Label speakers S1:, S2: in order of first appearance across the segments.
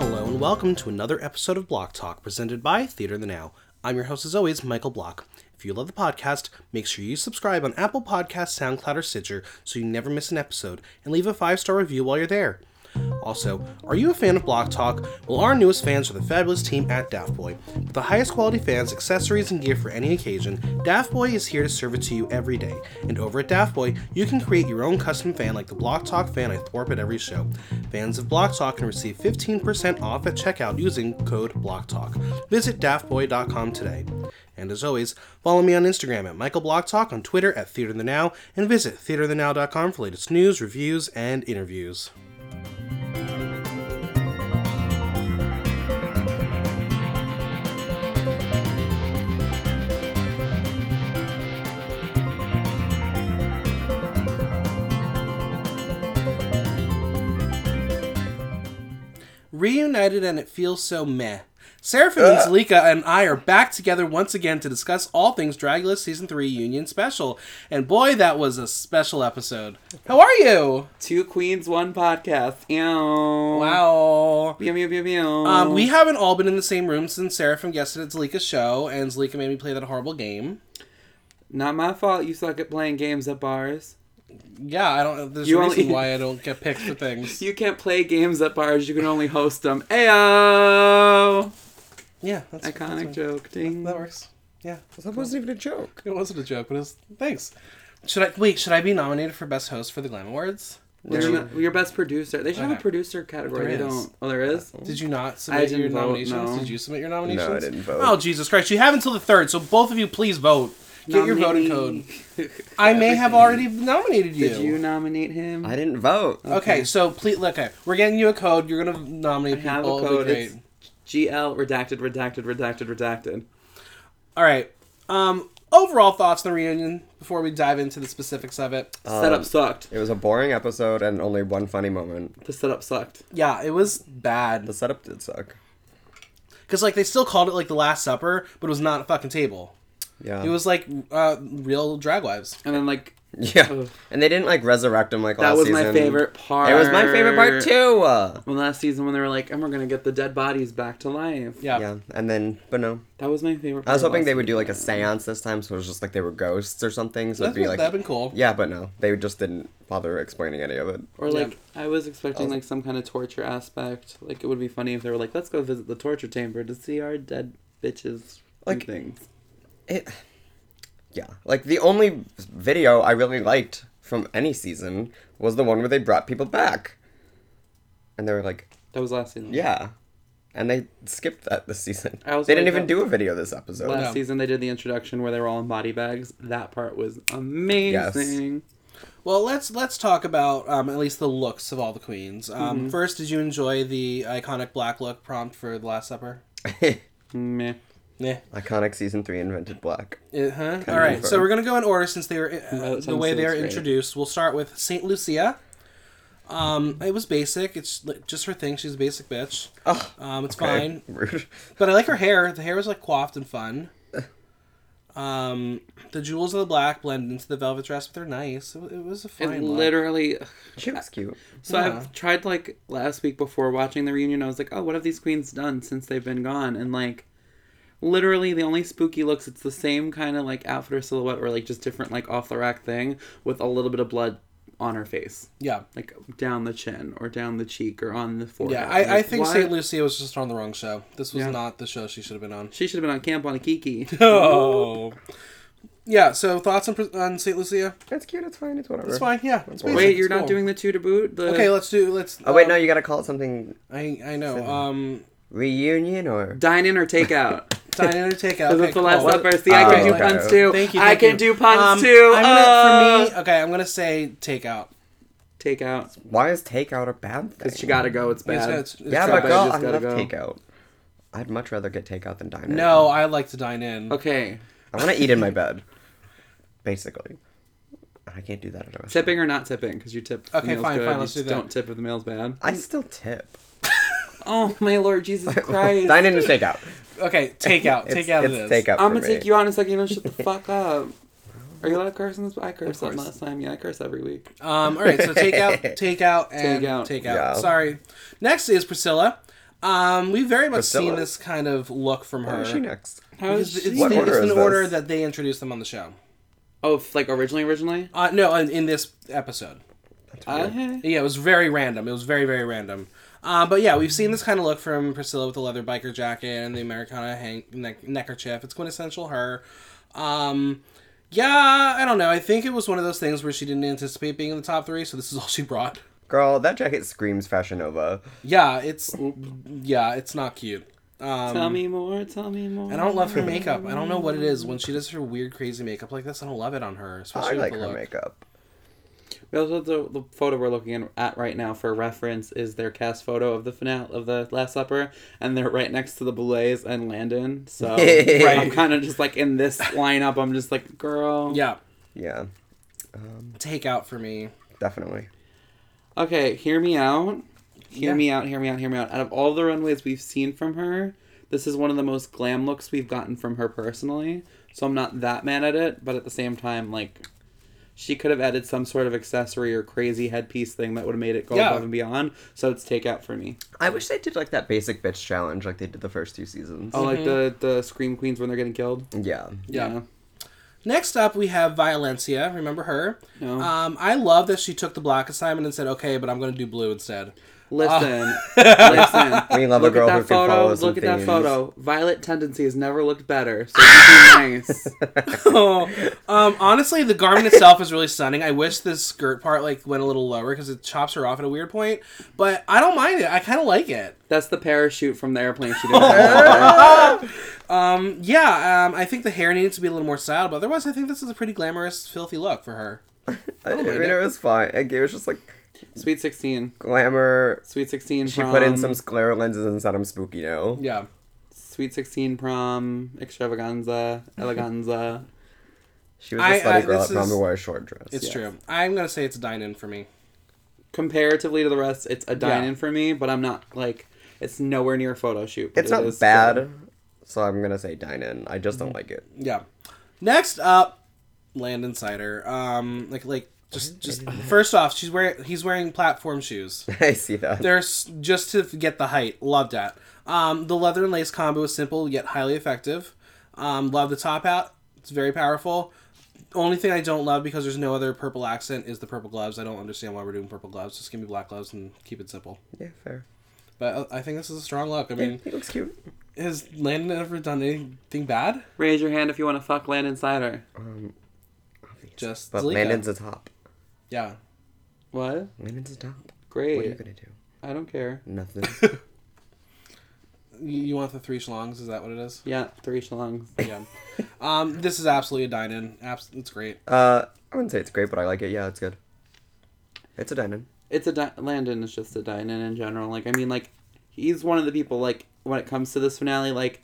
S1: welcome to another episode of Block Talk presented by Theater the Now. I'm your host, as always, Michael Block. If you love the podcast, make sure you subscribe on Apple Podcasts, SoundCloud, or Stitcher so you never miss an episode, and leave a five star review while you're there. Also, are you a fan of Block Talk? Well, our newest fans are the fabulous team at Daft Boy. With the highest quality fans, accessories, and gear for any occasion, Daft Boy is here to serve it to you every day. And over at Daft Boy, you can create your own custom fan like the Block Talk fan I thwart at every show. Fans of Block Talk can receive 15% off at checkout using code BlockTalk. Visit daftboy.com today. And as always, follow me on Instagram at Michael Block Talk, on Twitter at Theater the Now, and visit theaterthenow.com for latest news, reviews, and interviews. reunited and it feels so meh. Seraphim and Zelika and I are back together once again to discuss all things Dragula Season 3 Union Special. And boy, that was a special episode. How are you?
S2: Two Queens, one podcast. Ew.
S1: Wow.
S2: Meow, meow, meow, meow.
S1: Um, we haven't all been in the same room since Seraphim guessed it at Zelika's show, and Zelika made me play that horrible game.
S2: Not my fault you suck at playing games at bars.
S1: Yeah, I don't. There's
S2: You
S1: a reason
S2: only-
S1: why I don't get picked for things.
S2: You can't play games at bars, you can only host them. Ayo!
S1: Yeah, that's that's
S2: Iconic
S1: fine.
S2: joke. Ding.
S1: That works. Yeah,
S3: That wasn't even a joke.
S1: it wasn't a joke, but it's thanks. Should I wait? Should I be nominated for best host for the Glam Awards?
S2: They're not- your best producer. They should have
S1: Okay.
S2: a producer category.
S1: There
S2: they
S1: is.
S2: don't. Oh, there is?
S1: Did you not submit
S2: didn't
S1: your
S2: vote,
S1: nominations?
S2: no.
S1: Did you submit your nominations?
S3: didn't vote.
S1: Oh Jesus Christ! You have until the third, so both of you please vote. Get your voting
S2: Nominate
S1: code.
S2: me.
S1: I may have already nominated you.
S2: Did you nominate him?
S3: I didn't vote.
S1: Okay, so please. Okay, we're getting you a code. You're gonna nominate
S2: I
S1: people.
S2: have a
S1: It'll be
S2: code.
S1: great.
S2: It's GL redacted, redacted, redacted, redacted.
S1: All right. Um. Overall thoughts on the reunion before we dive into the specifics of it.
S2: setup sucked.
S3: It was a boring episode and only one funny moment.
S2: The setup sucked.
S1: Yeah, it was bad
S3: The setup did suck.
S1: because like they still called it like the Last Supper, but it was not a fucking table.
S3: Yeah.
S1: It was like uh, real drag wives.
S2: And then, like,
S3: Yeah.
S2: Ugh.
S3: And they didn't like resurrect him like
S2: that
S3: last
S2: was
S3: season.
S2: my favorite part.
S3: It was my favorite part too. Uh,
S2: When last season, when they were like, and we're gonna get the dead bodies back to life.
S1: Yeah.
S3: yeah. And then, but no.
S2: That was my favorite part.
S3: I was
S2: of
S3: hoping
S2: last
S3: they would do
S2: season.
S3: like a seance this time, so it was just like they were ghosts or something. So
S1: That's
S3: it'd be
S1: what-
S3: like,
S1: that'd been cool.
S3: yeah, but no, they just didn't bother explaining any of it.
S2: Or
S1: Yeah.
S2: like, I was expecting like some kind of torture aspect. Like, it would be funny if they were like, let's go visit the torture chamber to see our dead bitches. Like
S3: Like-
S2: things.
S3: It, yeah, like the only video I really liked from any season was the one where they brought people back, and they were like,
S2: That was last season.
S3: Yeah. And they skipped that this season.
S2: I also
S3: They didn't
S2: like
S3: even
S2: that-
S3: do a video this episode.
S2: Last
S1: No.
S2: season, they did the introduction where they were all in body bags. That part was amazing.
S1: Well, let's let's talk about um, at least the looks of all the queens. Um, First, did you enjoy the iconic black look prompt for the Last Supper?
S2: Meh.
S1: Yeah.
S3: Iconic season three invented black.
S1: Uh-huh. All right. So
S3: confirm.
S1: we're gonna go in order since they were uh,
S2: that
S1: the
S2: sounds-
S1: way they
S2: sounds
S1: were
S2: great.
S1: introduced. We'll start with Saint Lucia. Um, it was basic. It's li- just her thing. She's a basic bitch.
S3: Oh,
S1: Um, it's
S3: okay.
S1: fine,
S3: Rude.
S1: but I like her hair. The hair was like coiffed and fun. Um, the jewels of the black blend into the velvet dress, but they're nice. It, wa- it was a
S2: It
S1: fine. look.
S2: literally.
S3: She was cute.
S2: So
S1: Yeah.
S2: I've tried like last week before watching the reunion. I was like, oh, what have these queens done since they've been gone? And like, literally, the only spooky looks. It's the same kind of like outfit or silhouette, or like just different like off the rack thing with a little bit of blood on her face,
S1: yeah.
S2: like down the chin or down the cheek or on the forehead.
S1: Yeah,
S2: Like,
S1: I, I think
S2: why-
S1: St. Lucia was just on the wrong show. This was
S2: Yeah.
S1: not the show she should have been on.
S2: She should have been on camp on a kiki.
S1: Oh. Yeah, so thoughts on, on St. Lucia?
S3: It's cute. It's fine. It's whatever.
S1: It's fine, yeah. It's basic,
S2: Wait,
S1: it's
S2: you're
S1: cool.
S2: not doing the two to boot. The...
S1: Okay, let's do let's um,
S3: Oh, wait, no, you gotta call it something
S1: I I know. Um
S3: reunion or.
S2: dine in or take out.
S1: dine in or take out.
S2: Because
S1: Okay,
S2: it's the last
S1: cool.
S2: supper. See, I can
S3: Oh,
S2: do
S3: okay.
S2: puns too.
S1: Thank you.
S2: I
S1: thank
S2: can
S1: you.
S2: do puns
S1: Um,
S2: too.
S1: I'm gonna,
S2: Uh,
S1: for me, okay, I'm going to say take out.
S2: take out.
S3: Why is takeout a bad thing?
S2: Because you gotta go. It's
S1: It's-
S2: bad.
S1: it's- it's
S3: yeah,
S1: not
S3: but
S1: bad.
S3: girl,
S2: just
S3: I
S2: gotta
S3: love
S2: go.
S3: takeout. I'd much rather get takeout than dine in.
S1: No, I like to dine in.
S2: Okay.
S3: I wanna eat in my bed. Basically. I can't do that at a restaurant.
S2: Tipping or not tipping? Because you tip. if the
S1: Okay,
S2: meal's
S1: fine,
S2: good.
S1: fine,
S2: You
S1: let's do
S2: just
S1: that.
S2: Don't tip if the meal's bad.
S3: I still tip.
S2: Oh my lord, Jesus Christ!
S3: dine in or takeout.
S1: Okay, take out.
S3: It's-
S1: Take out
S3: it's
S1: of this.
S3: takeout.
S2: I'm gonna
S3: for
S2: take
S3: me.
S2: you on in a second. Don't shut the fuck up. Are you allowed to curse in this? I cursed
S3: course.
S2: last time. Yeah, I curse every week.
S1: Um, all right, so take out, take out, and take
S2: Take
S1: out.
S2: out.
S3: Yeah.
S1: Sorry. Next is Priscilla. Um, we've very much seen
S3: Priscilla?
S1: this kind of look from
S3: Where
S1: her.
S3: is she next?
S2: How is
S1: It's,
S2: she?
S1: it's,
S3: What
S1: the-
S3: order
S1: it's
S3: is
S1: an
S3: this?
S1: order that they introduced them on the show.
S2: oh, f- like originally, originally.
S1: Uh, no, in, in this episode.
S2: Okay.
S1: Yeah, it was very random. It was very, very random. Uh, but yeah, we've seen this kind of look from Priscilla with the leather biker jacket and the Americana hang- neck- neckerchief. It's quintessential her. Um, yeah, I don't know. I think it was one of those things where she didn't anticipate being in the top three, so this is all she brought.
S3: Girl, that jacket screams Fashion Nova.
S1: Yeah, it's yeah, it's not cute. Um,
S2: Tell me more. Tell me more.
S1: I don't love her makeup. I don't know what it is when she does her weird, crazy makeup like this. I don't love it on her,
S3: I
S1: especially
S3: like
S1: with the
S3: her
S1: look.
S3: makeup.
S2: We also the, the photo we're looking at right now for reference is their cast photo of the finale of the Last Supper, and they're right next to the Boulets and Landon. So
S3: Right.
S2: I'm kind of just like in this lineup. I'm just like, girl.
S1: Yeah,
S3: Yeah,
S1: take out for me.
S3: definitely.
S2: Okay, hear me out. Hear
S1: Yeah.
S2: me out. Hear me out. Hear me out. Out of all the runways we've seen from her, this is one of the most glam looks we've gotten from her personally. So I'm not that mad at it, but at the same time, like, she could have added some sort of accessory or crazy headpiece thing that would have made it go
S1: Yeah.
S2: above and beyond. So it's take out for me.
S3: I wish they did like that basic bitch challenge like they did the first two seasons.
S2: Oh, like the the scream queens when they're getting killed.
S3: Yeah.
S1: Mm-hmm. Yeah. Next up, we have Violencia. Remember her?
S2: No.
S1: Um, I love that she took the black assignment and said, "Okay, but I'm going to do blue instead."
S2: Listen,
S1: uh,
S2: listen.
S3: We love a
S2: look
S3: girl
S2: at that
S3: who can
S2: photo.
S3: follow some
S2: Look at that
S3: themes.
S2: photo. Violet tendencies never looked better. So you be nice.
S1: Oh, um, honestly, the garment itself is really stunning. I wish the skirt part like went a little lower because it chops her off at a weird point. But I don't mind it. I kind of like it.
S2: That's the parachute from the airplane she didn't have.
S1: Yeah, um, I think the hair needs to be a little more styled, but otherwise, I think this is a pretty glamorous, filthy look for her. Oh,
S3: I, I mean, it was fine. Like, it was just like
S2: Sweet 16.
S3: glamour.
S2: Sweet 16
S3: She
S2: prom.
S3: put in some sclera lenses and said, I'm spooky now.
S1: Yeah.
S2: Sweet 16 prom, extravaganza, eleganza.
S3: She was
S1: I-
S3: just slutty
S1: I-
S3: girl
S1: this
S3: that prom
S1: is-
S3: who wore a short dress.
S1: It's true. I'm gonna say it's a dine-in for me.
S2: Comparatively to the rest, it's a dine
S1: Yeah.
S2: in for me, but I'm not like, it's nowhere near a photo shoot. but
S3: It's
S2: it
S3: not
S2: is
S3: bad,
S2: good.
S3: so I'm gonna say dine in. I just
S1: Mm-hmm.
S3: don't like it.
S1: Yeah. Next up, Landon Cider. Um, like like just just first off, she's wearing he's wearing platform shoes.
S3: I see that.
S1: There's just to get the height. Loved that. Um, the leather and lace combo is simple yet highly effective. Um, love the top hat. It's very powerful. Only thing I don't love because there's no other purple accent is the purple gloves. I don't understand why we're doing purple gloves. Just give me black gloves and keep it simple.
S3: Yeah, fair.
S1: But uh, I think this is a strong look. I mean,
S3: He looks cute.
S1: has Landon ever done anything bad?
S2: Raise your hand if you want to fuck Landon Cider.
S1: Just
S3: Um, But
S1: Zalika.
S3: Landon's a top.
S1: yeah.
S2: What?
S3: Landon's a top. What are you
S2: Great.
S3: gonna do?
S2: I don't care.
S3: Nothing.
S1: You, you want the three schlongs? Is that what it is?
S2: Yeah, three shlongs.
S1: Yeah. um, this is absolutely a dine-in. Abs- it's great.
S3: uh, I wouldn't say it's great, but I like it. Yeah, it's good. It's a dine in.
S2: it's a di- Landon is just a dine in in general. Like I mean, like he's one of the people. Like when it comes to this finale, like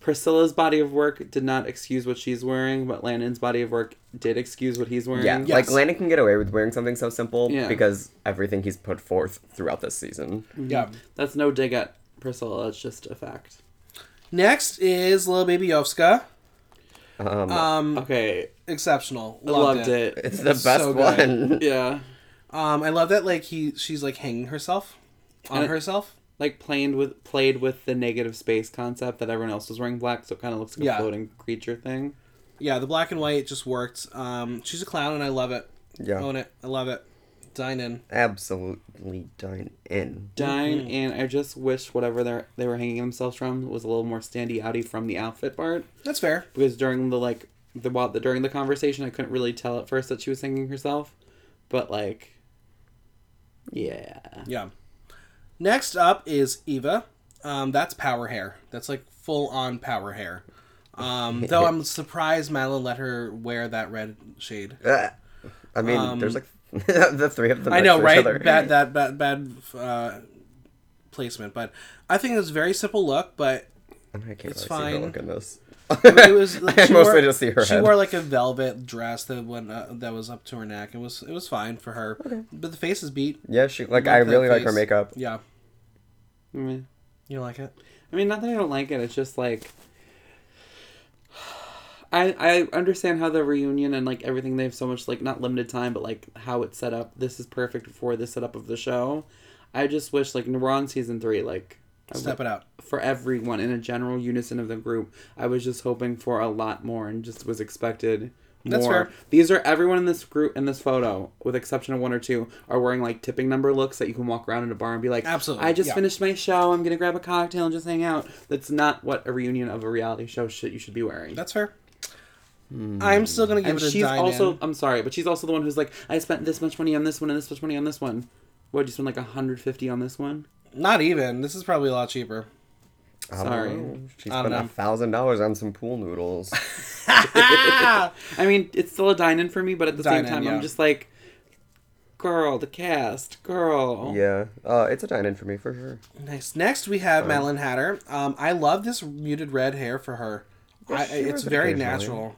S2: Priscilla's body of work did not excuse what she's wearing, but Landon's body of work did excuse what he's wearing.
S3: Yeah,
S1: Yes.
S3: like Landon can get away with wearing something so simple
S2: Yeah.
S3: because everything he's put forth throughout this season.
S1: Yeah.
S2: that's no dig at Priscilla. It's just a fact.
S1: Next is Lil Baby Yovska.
S3: Um,
S1: Um,
S2: Okay,
S1: exceptional.
S2: I
S1: Loved,
S2: loved,
S1: it.
S2: it.
S3: it's the best
S1: so good.
S3: one.
S2: Yeah,
S1: Um, I love that like he she's like hanging herself on
S2: And-
S1: herself.
S2: like played with played with the negative space concept that everyone else was wearing black, so it kind of looks like
S1: Yeah.
S2: a floating creature thing.
S1: Yeah, the black and white just worked. Um, she's a clown and I love it.
S3: Yeah.
S1: Own it. I love it. Dine in.
S3: Absolutely dine in.
S2: dine and I just wish whatever they they were hanging themselves from was a little more standy outy from the outfit part
S1: That's fair.
S2: because during the like the while the during the conversation I couldn't really tell at first that she was hanging herself, but like, yeah,
S1: Yeah. Next up is Eva. Um, that's power hair. That's like full on power hair. Um, though I'm surprised Madeline let her wear that red shade.
S3: Ah. I mean, there's like the three of them.
S1: Um, I
S3: next
S1: know,
S3: to each
S1: right?
S3: other.
S1: Bad that bad bad uh, placement, but I think it's a very simple look. But
S3: I mean, I can't
S1: It's
S3: really see
S1: fine.
S3: her look in this.
S1: it was
S3: I
S1: she
S3: mostly
S1: wore-
S3: just see her
S1: She
S3: head.
S1: wore like a velvet dress that went uh, that was up to her neck. It was it was fine for her, but the face is beat.
S3: yeah, she
S1: Like
S3: like I
S1: that
S3: really like her
S1: face.
S3: makeup.
S1: Yeah,
S2: Mm.
S1: you don't like it?
S2: I mean not that I don't like it, it's just like. I, I understand how the reunion and like everything they have so much like not limited time but like how it's set up this is perfect for the setup of the show i just wish like we're on season three like
S1: Step it out.
S2: for everyone in a general unison of the group. I was just hoping for a lot more and just was expected more.
S1: That's fair.
S2: These are everyone in this group in this photo, with exception of one or two, are wearing like tipping number looks that you can walk around in a bar and be like,
S1: Absolutely,
S2: I just
S1: yeah.
S2: finished my show. I'm gonna grab a cocktail and just hang out." That's not what a reunion of a reality show shit you should be wearing.
S1: That's fair.
S3: Hmm.
S1: I'm still gonna give
S2: and
S1: it a
S2: she's
S1: dine
S2: also,
S1: in.
S2: I'm sorry, but she's also the one who's like, "I spent this much money on this one and this much money on this one." What, you spend like 150 on this one?
S1: not even. This is probably a lot cheaper.
S3: I don't
S2: Sorry.
S3: know. She
S1: I don't
S3: spent
S1: know.
S3: a thousand dollars on some pool noodles.
S1: Ah!
S2: I mean, it's still a dine in for me, but at the
S1: Dine-in,
S2: same time,
S1: yeah.
S2: I'm just like, girl, the cast, girl.
S3: yeah, uh, it's a dine-in for me for sure.
S1: Nice. Next, we
S3: Uh.
S1: have Madeline Hatter. Um, I love this muted red hair for her. I,
S3: she
S1: it's
S3: wears it
S1: very
S3: occasionally.
S1: natural.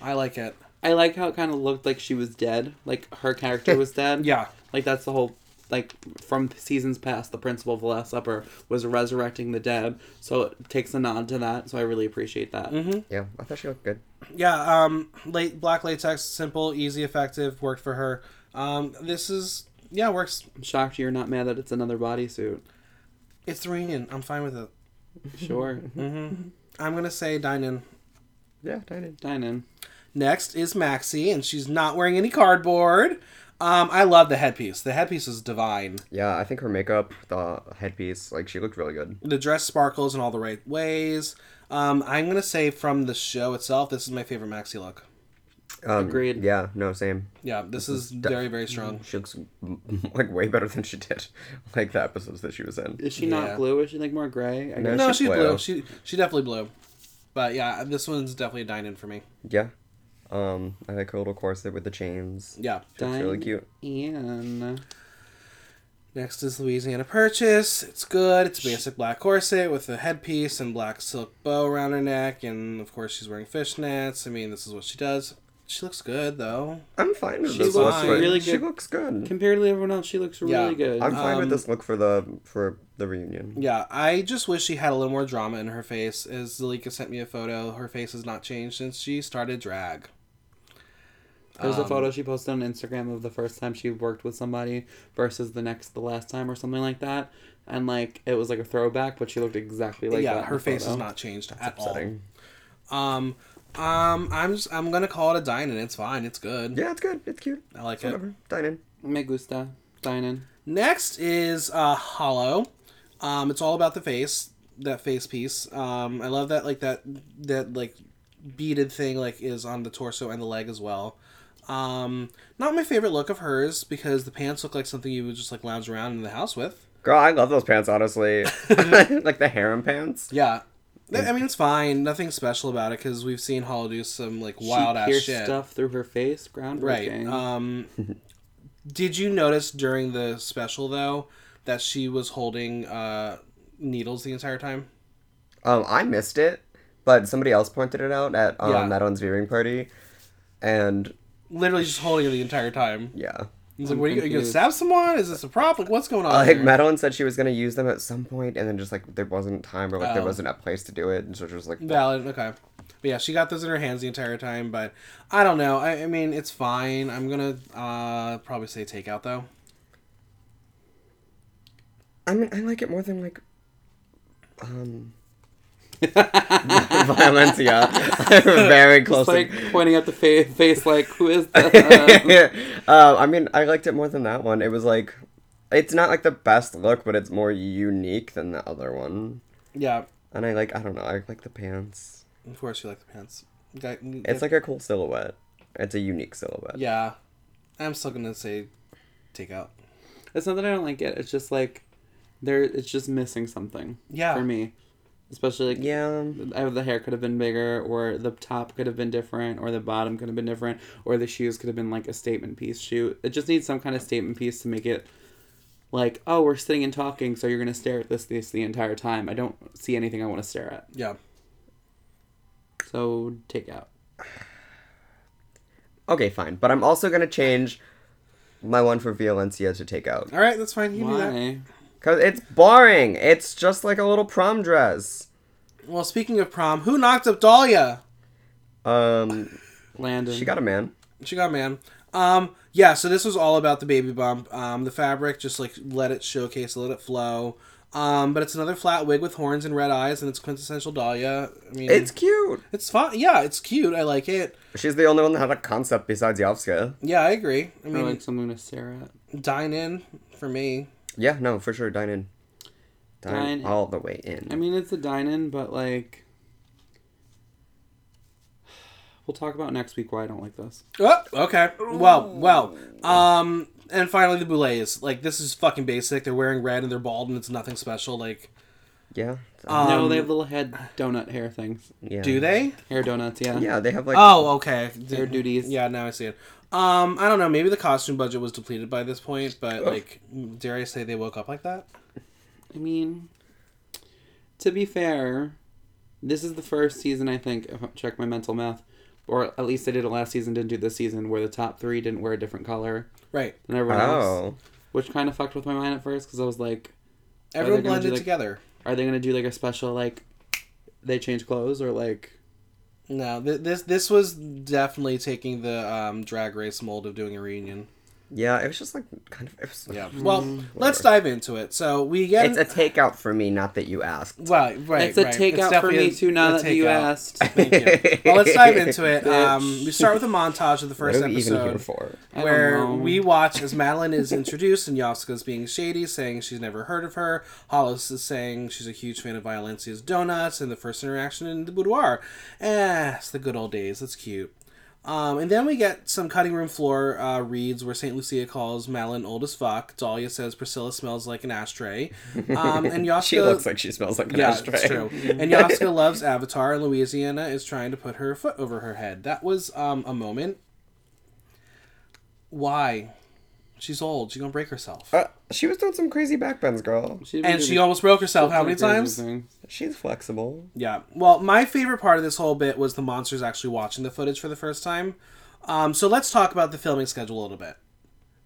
S1: I like it.
S2: I like how it kind of looked like she was dead, like her character was dead.
S1: Yeah.
S2: Like that's the whole, like from seasons past, the principle of the Last Supper was resurrecting the dead, so it takes a nod to that. So I really appreciate that.
S3: Yeah, I thought she looked good.
S1: Yeah. Um, late black latex, simple, easy, effective. Worked for her. Um, this is yeah, works.
S2: I'm shocked you're not mad that it's another bodysuit.
S1: It's the reunion. I'm fine with it.
S2: Sure,
S3: Mm-hmm.
S1: I'm gonna say dine in.
S3: Yeah, dine-in.
S2: dine in.
S1: Next is Maxie, and she's not wearing any cardboard. Um, I love the headpiece. The headpiece is divine.
S3: Yeah, I think her makeup, the headpiece, like she looked really good.
S1: the dress sparkles in all the right ways. Um, I'm gonna say from the show itself, this is my favorite maxi look.
S3: Um,
S2: Agreed.
S3: Yeah, no, same.
S1: Yeah, this, is,
S3: def-
S1: very very strong.
S3: Um, She looks m- like way better than she did, like the episodes that she was in.
S2: Is she
S1: Yeah.
S2: not blue? Is she like more gray? I
S3: No.
S2: guess.
S1: No,
S3: she's
S1: she's blue.
S3: blue.
S1: She she definitely blue. But yeah, this one's definitely a dine in for me.
S3: Yeah, um, I like her little corset with the chains.
S1: Yeah.
S3: She looks really
S2: Dine
S3: cute.
S2: in.
S1: Next is Louisiana Purchase. It's good. It's a basic black corset with a headpiece and black silk bow around her neck, and of course she's wearing fishnets. I mean, this is what she does. She looks good though.
S3: I'm fine with
S2: She
S3: this
S1: looks
S3: look. but
S2: really
S3: She
S2: good.
S3: looks good.
S2: Compared to everyone else, she looks really
S1: Yeah.
S2: good.
S3: I'm fine
S1: Um,
S3: with this look for the for the reunion.
S1: Yeah, I just wish she had a little more drama in her face. As Zelika sent me a photo, her face has not changed since she started drag.
S2: There's a
S1: Um,
S2: photo she posted on Instagram of the first time she worked with somebody versus the next, the last time, or something like that. And like it was like a throwback, but she looked exactly like that.
S1: yeah,
S2: in
S1: her
S2: the
S1: face has
S2: photo.
S1: not changed at
S3: Upsetting.
S1: all. Um, um, I'm just, I'm gonna call it a dine in. It's fine. It's good.
S3: Yeah, it's good. It's cute.
S1: I like
S3: It's
S1: it.
S3: whatever. Dine in.
S2: Me gusta, dining.
S1: Next is uh, Hollow. Um, it's all about the face, that face piece. Um, I love that like that that like beaded thing like is on the torso and the leg as well. Um, not my favorite look of hers because the pants look like something you would just like lounge around in the house with.
S3: Girl, I love those pants. Honestly, like the harem pants.
S1: Yeah. I mean, it's fine. Nothing special about it because we've seen Hollow do some like wild
S2: she
S1: ass
S2: pierced
S1: shit.
S2: stuff through her face,
S1: Right.
S2: groundbreaking.
S1: Um, did you notice during the special though that she was holding uh, needles the entire time?
S3: Um, I missed it, but somebody else pointed it out at um,
S1: Yeah.
S3: Madeline's viewing party, and
S1: Literally just holding her the entire time.
S3: yeah,
S1: He's like, what are you, are you gonna
S2: confused.
S1: stab someone? Is this a prop? Like, what's going on?
S3: like
S1: here?
S3: Madeline said she was gonna use them at some point, and then just like there wasn't time or like there
S1: Oh. Mm.
S3: wasn't a place to do it, and so she was like,
S1: Valid. Okay. But yeah, she got those in her hands the entire time. But I don't know. I, I mean, it's fine. I'm gonna uh, probably say takeout though.
S3: I mean, I like it more than like, um. Violencia. Very close.
S2: Just
S3: to-
S2: like pointing at the fa- face, like who is that?
S3: uh, I mean, I liked it more than that one. It was like, it's not like the best look, but it's more unique than the other one.
S1: Yeah.
S3: And I like, I don't know, I like the pants.
S1: Of course, you like the pants. Got-
S3: It's like a cool silhouette. It's a unique silhouette.
S1: yeah. I'm still gonna say takeout.
S2: It's not that I don't like it. It's just like there. It's just missing something.
S1: Yeah.
S2: For me, especially like
S3: Yeah.
S2: I- the hair could have been bigger, or the top could have been different, or the bottom could have been different, or the shoes could have been like a statement piece shoe. It just needs some kind of statement piece to make it like, oh, we're sitting and talking, so you're gonna stare at this this the entire time. I don't see anything I want to stare at.
S1: Yeah.
S2: So take out.
S3: Okay, fine. But I'm also going to change my one for Violencia to take out.
S1: All right, that's fine. You can do that.
S2: Why?
S3: Because it's boring. It's just like a little prom dress.
S1: Well, speaking of prom, who knocked up Dahlia?
S3: Um,
S2: Landon.
S3: she got a man.
S1: She got a man. Um, yeah, so this was all about the baby bump. Um, the fabric, just like let it showcase, let it flow. Um, but it's another flat wig with horns and red eyes, and it's quintessential Dahlia. I mean,
S3: It's cute.
S1: it's fun. Yeah, it's cute. I like it.
S3: She's the only one that had a concept besides Yavska.
S1: Yeah, I agree. I
S2: Or
S1: mean,
S2: like something to stare at.
S1: dine in for me.
S3: Yeah, no, for sure. Dine in. Dine,
S2: Dine in.
S3: all the way in.
S2: I mean, it's a dine-in, but like, we'll talk about next week why I don't like this.
S1: Oh, okay. Well, well. Um, and finally, the boulets. Like, this is fucking basic. They're wearing red and they're bald, and it's nothing special. Like,
S3: yeah.
S2: no,
S1: Um,
S2: they have little head donut hair things,
S3: yeah.
S1: do they?
S2: hair donuts. Yeah.
S3: Yeah, they have like.
S1: Oh, okay.
S2: Their duties.
S1: Yeah, now I see it. Um, I don't know. Maybe the costume budget was depleted by this point, but like, dare I say they woke up like that?
S2: I mean, to be fair, this is the first season I think. If I check my mental math, or at least they did it last season, didn't do this season, where the top three didn't wear a different color
S1: Right.
S2: than everyone else,
S3: Oh.
S2: which kind of fucked with my mind at first because I was like,
S1: Everyone
S2: gonna do,
S1: blended
S2: like-
S1: together.
S2: are they gonna do like a special like they change clothes or like
S1: No, th- this this was definitely taking the um, drag race mold of doing a reunion.
S3: Yeah, it was just like kind of. It was,
S1: Yeah. Well, let's dive into it. So we get
S3: It's a takeout for me, not that you asked.
S1: well, right,
S2: it's a
S1: right.
S2: takeout for
S1: definitely
S2: me
S1: a-
S2: too now
S1: a
S2: that you
S1: takeout.
S2: asked
S1: Thank you. Well, let's dive into it. Um, we start with a montage of the
S3: What
S1: first
S3: are we
S1: episode.
S3: even here for?
S2: I don't
S1: where
S2: know.
S1: we watch as Madeline is introduced and Yaska's being shady, saying she's never heard of her. Hollis is saying she's a huge fan of Violencia's donuts and the first interaction in the boudoir. Eh, it's the good old days. That's cute. Um, and then we get some cutting room floor uh, reads where St. Lucia calls Madeline old as fuck. Dahlia says Priscilla smells like an ashtray. Um, and Yaska.
S3: She looks like she smells like an
S1: Yeah,
S3: ashtray.
S1: it's true. And Yaska loves Avatar, and Louisiana is trying to put her foot over her head. That was um, a moment. Why? She's old. She's gonna break herself.
S3: Uh, she was doing some crazy backbends, girl.
S2: She'd be
S1: and
S2: doing
S1: she almost broke herself. How
S2: some
S1: many
S2: crazy
S1: times?
S2: things.
S3: She's flexible.
S1: Yeah. Well, my favorite part of this whole bit was the monsters actually watching the footage for the first time. Um, so let's talk about the filming schedule a little bit.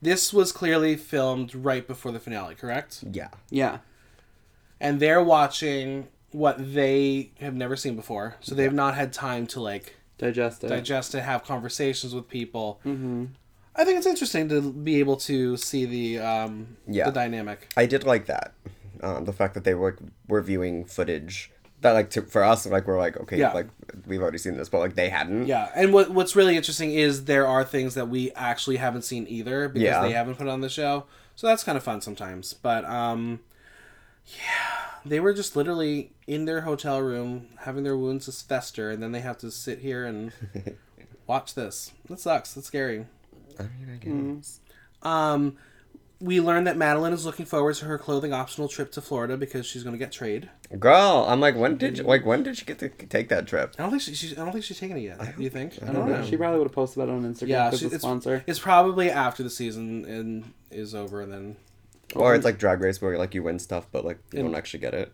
S1: This was clearly filmed right before the finale, correct?
S3: Yeah.
S2: yeah
S1: and they're watching what they have never seen before. So they've not had time to like
S2: digest it
S1: digest it, have conversations with people. Mm-hmm. I think it's interesting to be able to see the um,
S3: Yeah.
S1: the dynamic.
S3: I did like that. Um, the fact that they were were viewing footage that like to, for us like we're like okay
S1: Yeah.
S3: like we've already seen this but like they hadn't.
S1: Yeah, and what what's really interesting is there are things that we actually haven't seen either because
S3: Yeah.
S1: they haven't put on the show. So that's kind of fun sometimes. But um, yeah, they were just literally in their hotel room having their wounds fester, and then they have to sit here and watch this. That sucks. That's scary.
S3: I mean, I guess.
S1: Mm-hmm. Um, we learn that Madeline is looking forward to her clothing optional trip to Florida because she's going to get trade.
S3: Girl, I'm like when did you, like when did she get to take that trip?
S1: I don't think she, she I don't think she's taking it yet. Do you think?
S2: I don't know. She probably would have posted about it on Instagram
S1: Yeah,
S2: because
S1: she,
S2: the
S1: it's,
S2: sponsor.
S1: it's probably after the season and is over, and then
S3: Or it's like Drag Race where like you win stuff but like you don't actually get it.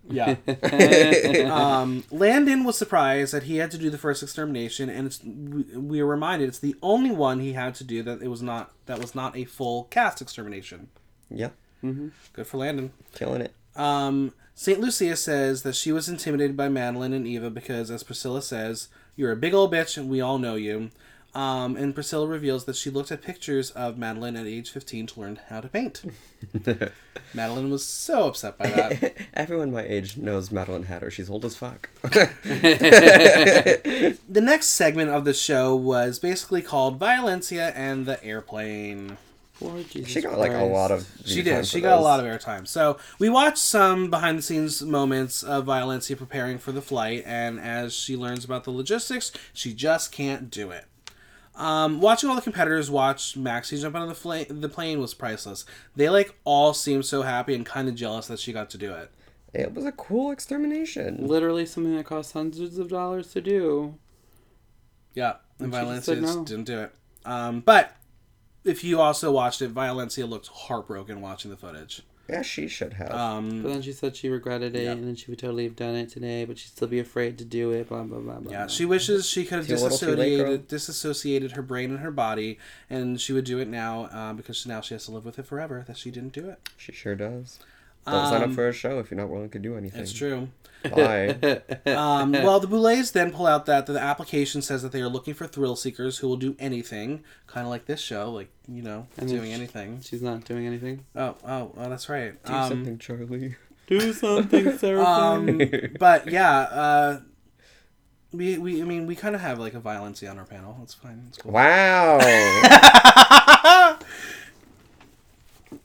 S1: yeah. um, Landon was surprised that he had to do the first extermination, and it's we, we are reminded it's the only one he had to do that it was not that was not a full cast extermination.
S3: Yeah,
S1: Good for Landon.
S3: killing it.
S1: Um, St. Lucia says that she was intimidated by Madeline and Eva because, as Priscilla says, you're a big old bitch and we all know you. Um, and Priscilla reveals that she looked at pictures of Madeline at age 15 to learn how to paint. Madeline was so upset by that.
S3: Everyone my age knows Madeline Hatter. She's old as fuck.
S1: the next segment of the show was basically called Violencia and the Airplane.
S2: Lord Jesus
S3: she got like a
S2: Christ.
S3: lot of.
S1: She did. She got a lot of airtime. So we watched some behind the scenes moments of Violencia preparing for the flight, and as she learns about the logistics, she just can't do it. Um, watching all the competitors watch Maxie jump out of the, fla- the plane was priceless. They like all seemed so happy and kind of jealous that she got to do it.
S3: It was a cool extermination.
S2: Literally something that costs hundreds of dollars to do.
S1: Yeah, and
S2: she just
S1: Violencia
S2: said
S1: just
S2: no.
S1: didn't do it. Um, but if you also watched it, Violencia looked heartbroken watching the footage.
S3: Yeah, she should have.
S1: Um,
S2: But then she said she regretted it, and then she would totally have done it today, but she'd still be afraid to do it. Blah blah blah blah.
S1: Yeah,
S2: blah.
S1: she wishes she could have
S3: Too little, too late, girl.
S1: disassociated, disassociated her brain and her body, and she would do it now uh, because now she has to live with it forever that she didn't do it.
S3: she sure does. Don't sign up for a show if you're not willing to do anything.
S1: um, It's true.
S3: Bye.
S1: Um, well, the Boulets then pull out that the application says that they are looking for thrill seekers who will do anything, kind of like this show, like you know, doing
S2: it's-
S1: anything.
S2: She's not doing anything.
S1: Oh, oh, oh, that's right.
S3: do
S1: um,
S3: something, Charlie.
S2: Do something, Sarah.
S1: um, but yeah, uh, we we I mean we kind of have like a violency on our panel. It's fine. It's cool.
S3: Wow.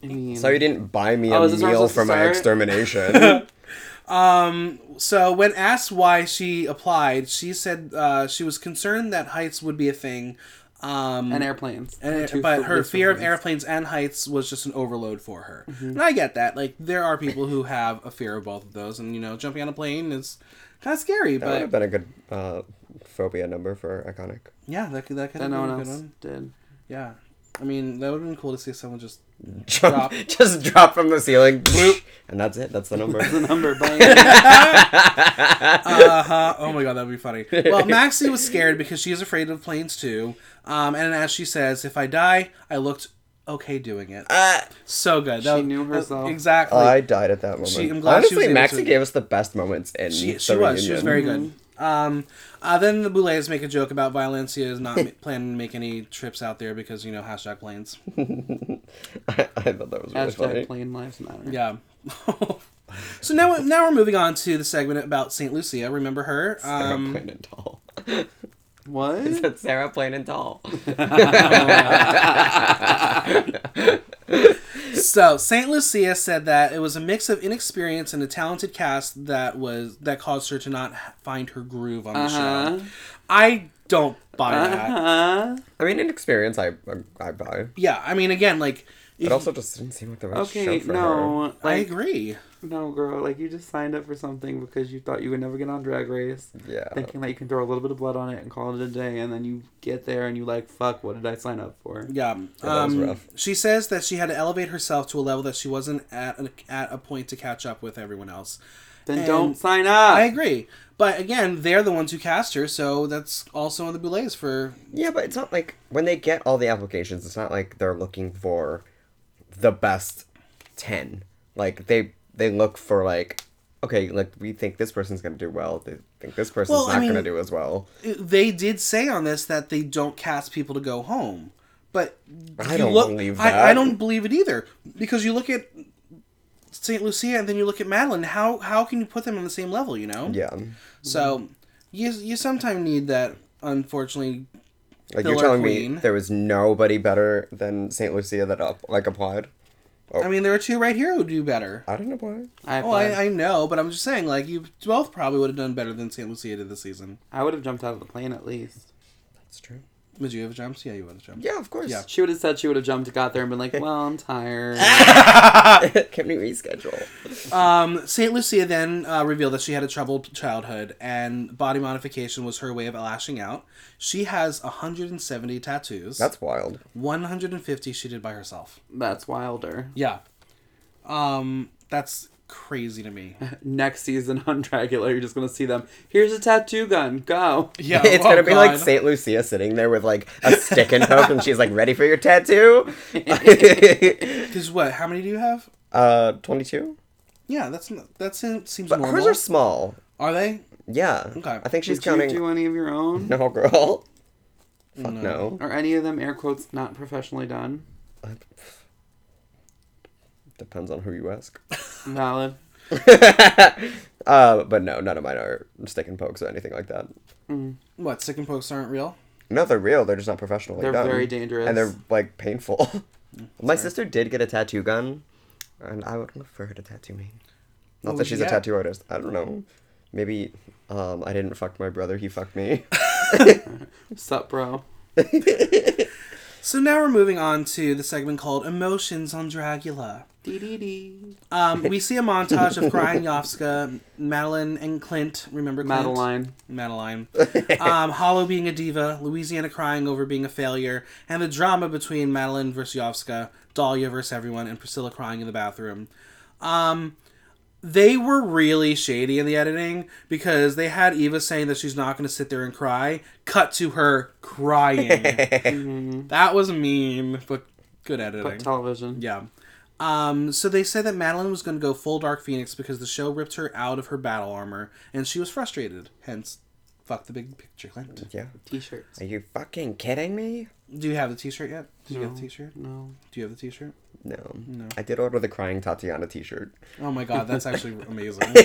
S2: I mean,
S3: so you didn't buy me a
S2: Oh, is this where I'm
S3: meal
S2: supposed
S3: for
S2: to
S3: my
S2: start?
S3: extermination.
S1: So when asked why she applied, she said uh, she was concerned that heights would be a thing. Um,
S2: and airplanes.
S1: And
S2: Two
S1: but her
S2: footless
S1: fear of airplanes
S2: airplanes.
S1: and heights was just an overload for her.
S2: Mm-hmm.
S1: And I get that. Like there are people who have a fear of both of those, and you know, jumping on a plane is kind of scary.
S3: that would
S1: but
S3: have been a good uh, phobia number for iconic.
S1: yeah, that could that could have
S2: That no
S1: been
S2: one
S1: a good
S2: else
S1: one.
S2: did.
S1: Yeah, I mean that would have been cool to see someone just.
S3: Jump,
S1: Drop.
S3: just drop from the ceiling, bloop, and that's it. That's the number.
S2: The number blank.
S1: Uh huh. Oh my god, that would be funny. Well, Maxie was scared because she is afraid of planes too. Um, and as she says, "If I die, I looked okay doing it."
S3: Ah,
S1: So good. That
S2: Uh, She
S1: was-
S2: knew
S1: that-
S2: herself.
S1: exactly.
S3: I died at that moment.
S1: She- I'm glad she was
S3: Honestly,
S1: able
S3: Maxie
S1: to-
S3: gave us the best moments in
S1: She,
S3: the
S1: she was. She
S3: reunion.
S1: was very good.
S2: Mm-hmm.
S1: Um, uh, then the Boulets make a joke about Violencia is not ma- planning to make any trips out there because, you know, hashtag planes.
S3: I, I thought that was really funny.
S2: Hashtag plain lives matter.
S1: Yeah. so now, now we're moving on to the segment about St. Lucia. Remember her?
S3: Sarah
S1: Um,
S3: Plain and tall.
S2: What?
S3: That's Sarah Plain and tall.
S1: so St. Lucia said that it was a mix of inexperience and a talented cast that was that caused her to not h- find her groove on the
S2: Uh-huh.
S1: show. I don't
S3: Oh,
S1: buy that.
S2: Uh-huh.
S3: I mean, in experience, I I buy,
S1: Yeah, I mean, again, like if-
S3: but also just didn't seem like the right
S2: Okay,
S3: show for her.
S2: no.
S1: I
S2: Like,
S1: agree.
S2: No, girl, like you just signed up for something because you thought you would never get on Drag Race,
S3: Yeah,
S2: thinking that you can throw a little bit of blood on it and call it a day, and then you get there and you like, fuck, what did I sign up for?
S1: Yeah.
S3: that was
S1: um,
S3: rough.
S1: She says that she had to elevate herself to a level that she wasn't at a, at a point to catch up with everyone else.
S2: Then
S1: And
S2: don't sign up.
S1: I agree. But again, they're the ones who cast her, so that's also on the Boulets for.
S3: yeah, but it's not like when they get all the applications, it's not like they're looking for the best ten. Like they they look for like okay, like we think this person's gonna do well. They think this person's
S1: Well, I
S3: not gonna
S1: mean-
S3: do as well.
S1: They did say on this that they don't cast people to go home. But
S3: I
S1: you
S3: don't
S1: look-
S3: believe that.
S1: I, I don't believe it either. Because you look at St. Lucia and then you look at Madeline. How how can you put them on the same level, you know?
S3: Yeah,
S1: So you, you sometimes need that, unfortunately.
S3: like
S1: Filler
S3: you're telling
S1: queen.
S3: me there was nobody better than Saint Lucia that up like applied.
S1: I mean, there are two right here who do better.
S3: I don't know why.
S2: I,
S1: Oh, I, I know, but I'm just saying, like, you both probably would have done better than St. Lucia did this season.
S2: would have jumped out of the plane at least.
S3: That's true.
S1: Would you have jumped? Yeah, you would have jumped.
S3: Yeah, of course.
S1: Yeah.
S2: She would have said she would have jumped, got there, and been like, well, I'm tired.
S3: Can we reschedule?
S1: Um, St. Lucia then uh, revealed that she had a troubled childhood, and body modification was her way of lashing out. She has 170 tattoos.
S3: That's wild.
S1: 150 she did by herself.
S2: That's wilder.
S1: Yeah. Um, that's crazy to me.
S2: Next season on Dragula, you're just gonna see them. Here's a tattoo gun. Go.
S1: Yeah,
S3: it's
S1: oh,
S3: gonna be like
S1: God.
S3: Saint Lucia sitting there with like a stick and hook, and she's like, "Ready for your tattoo?"
S1: Because what? How many do you have?
S3: uh, twenty-two.
S1: Yeah, that's n- that se- seems
S3: But
S1: normal.
S3: hers are small.
S1: Are they?
S3: Yeah.
S1: Okay.
S3: I think she's
S2: Did you
S3: counting.
S2: do any of your own?
S3: No, girl. Fuck no.
S2: Are any of them air quotes not professionally done?
S3: Depends on who you ask.
S2: Valid.
S3: Uh, but no, none of mine are stick and pokes or anything like that.
S1: What? Sick and pokes aren't real.
S3: No, they're real. They're just not professionally
S2: They're
S3: done.
S2: very dangerous.
S3: and they're like painful. My sister did get a tattoo gun, and I would love for her to tattoo me. Not
S1: What
S2: Oh,
S3: that
S1: would
S3: she's
S1: you
S3: a
S1: get?
S3: tattoo artist. I don't know. Maybe um, I didn't fuck my brother. He fucked me.
S2: Sup, bro.
S1: So now we're moving on to the segment called Emotions on Dragula.
S2: Dee dee dee.
S1: Um, we see a montage of crying Yovska, Madeline, and Clint. Remember Clint?
S2: Madeline.
S1: Madeline. Um, Hollow being a diva, Louisiana crying over being a failure, and the drama between Madeline versus Yovska, Dahlia versus everyone, and Priscilla crying in the bathroom. Um, they were really shady in the editing because they had Eva saying that she's not going to sit there and cry. Cut to her crying. that was mean, but good editing.
S2: Television.
S1: Yeah. Um, so they said that Madeline was going to go full Dark Phoenix because the show ripped her out of her battle armor, and she was frustrated. Hence, fuck the big picture, Clint.
S3: Yeah.
S2: T-shirts.
S3: Are you fucking kidding me?
S1: Do you have the T-shirt yet? Did you get the
S2: No.
S1: T-shirt?
S2: No.
S1: Do you have the T-shirt?
S3: No. I did order the crying Tatiana T-shirt.
S1: Oh my god, that's actually amazing.
S2: That's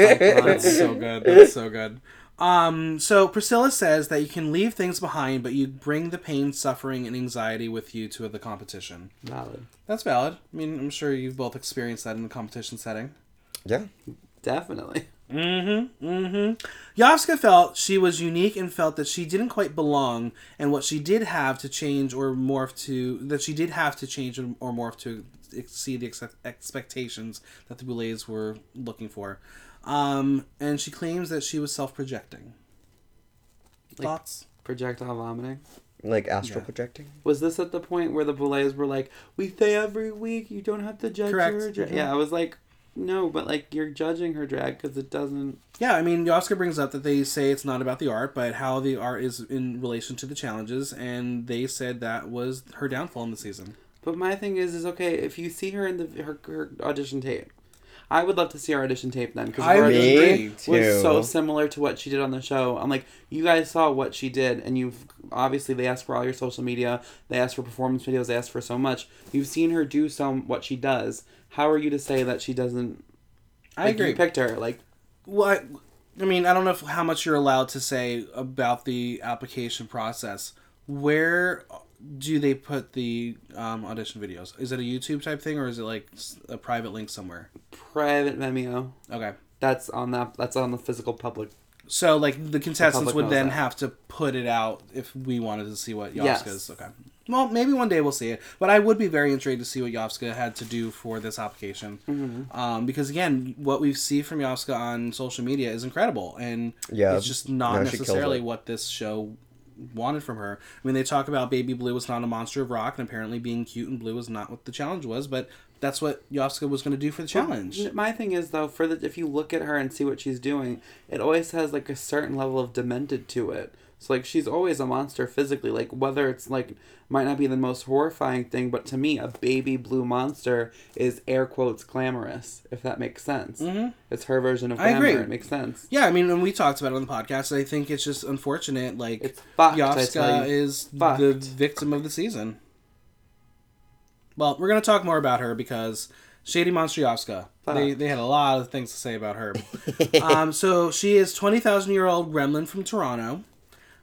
S2: iconic.
S1: That's so good. That's so good. Um, so Priscilla says that you can leave things behind, but you bring the pain, suffering, and anxiety with you to the competition.
S2: Valid.
S1: That's valid. I mean, I'm sure you've both experienced that in the competition setting.
S3: Yeah.
S2: Definitely.
S1: Mm-hmm. Mm-hmm. Yavska felt she was unique and felt that she didn't quite belong, and what she did have to change or morph to that she did have to change and- or morph to exceed the ex- expectations that the Boulets were looking for. Um, and she claims that she was self-projecting. Thoughts?
S2: Projectile vomiting.
S3: Like astral
S1: Yeah.
S3: projecting.
S2: Was this at the point where the Boulets were like, we say every week you don't have to judge
S1: Correct.
S2: her? dra-"
S1: Mhm.
S2: Yeah, I was like, no, but like you're judging her drag because it doesn't.
S1: Yeah, I mean, Yoska brings up that they say it's not about the art, but how the art is in relation to the challenges, and they said that was her downfall in the season.
S2: But my thing is, is okay if you see her in the her, her audition tape. I would love to see her audition tape then because
S1: I
S2: her
S1: Me
S2: audition
S1: agree.
S2: tape was so similar to what she did on the show. I'm like, you guys saw what she did, and you've obviously they asked for all your social media, they asked for performance videos, they asked for so much. You've seen her do some what she does. How are you to say that she doesn't?
S1: I
S2: like,
S1: agree.
S2: You picked her like
S1: Well, I, I mean, I don't know if, how much you're allowed to say about the application process. Where do they put the um, audition videos? Is it a YouTube type thing or is it like s- a private link somewhere?
S2: private Vimeo.
S1: Okay.
S2: That's on that. That's on the physical public.
S1: So, like, the contestants
S2: public
S1: would
S2: knows
S1: then
S2: that.
S1: have to put it out if we wanted to see what Yovska
S2: Yes.
S1: is. Okay. Well, maybe one day we'll see it. But I would be very intrigued to see what Yovska had to do for this application. Um, because, again, what we see from Yovska on social media is incredible. And
S3: Yeah.
S1: it's just not
S3: No, she kills
S1: necessarily
S3: it.
S1: what this show wanted from her. I mean, they talk about Baby Blue was not a monster of rock, and apparently being cute and blue was not what the challenge was, but that's what Yovska was going to do for the challenge.
S2: N- My thing is though, for the if you look at her and see what she's doing, it always has like a certain level of demented to it. So like she's always a monster physically. Like whether it's like might not be the most horrifying thing, but to me, a baby blue monster is air quotes glamorous. If that makes sense, mm-hmm. it's her version of
S1: I
S2: glamour.
S1: agree.
S2: It makes sense.
S1: Yeah, I mean, and we talked about it on the podcast. I think it's just unfortunate. Like,
S2: It's fucked, I
S1: Yovska
S2: tell you.
S1: is
S2: Fucked.
S1: the victim of the season. Well, we're gonna talk more about her because Shady Monster Yovska. They, they had a lot of things to say about her. um, so she is twenty thousand year old gremlin from Toronto.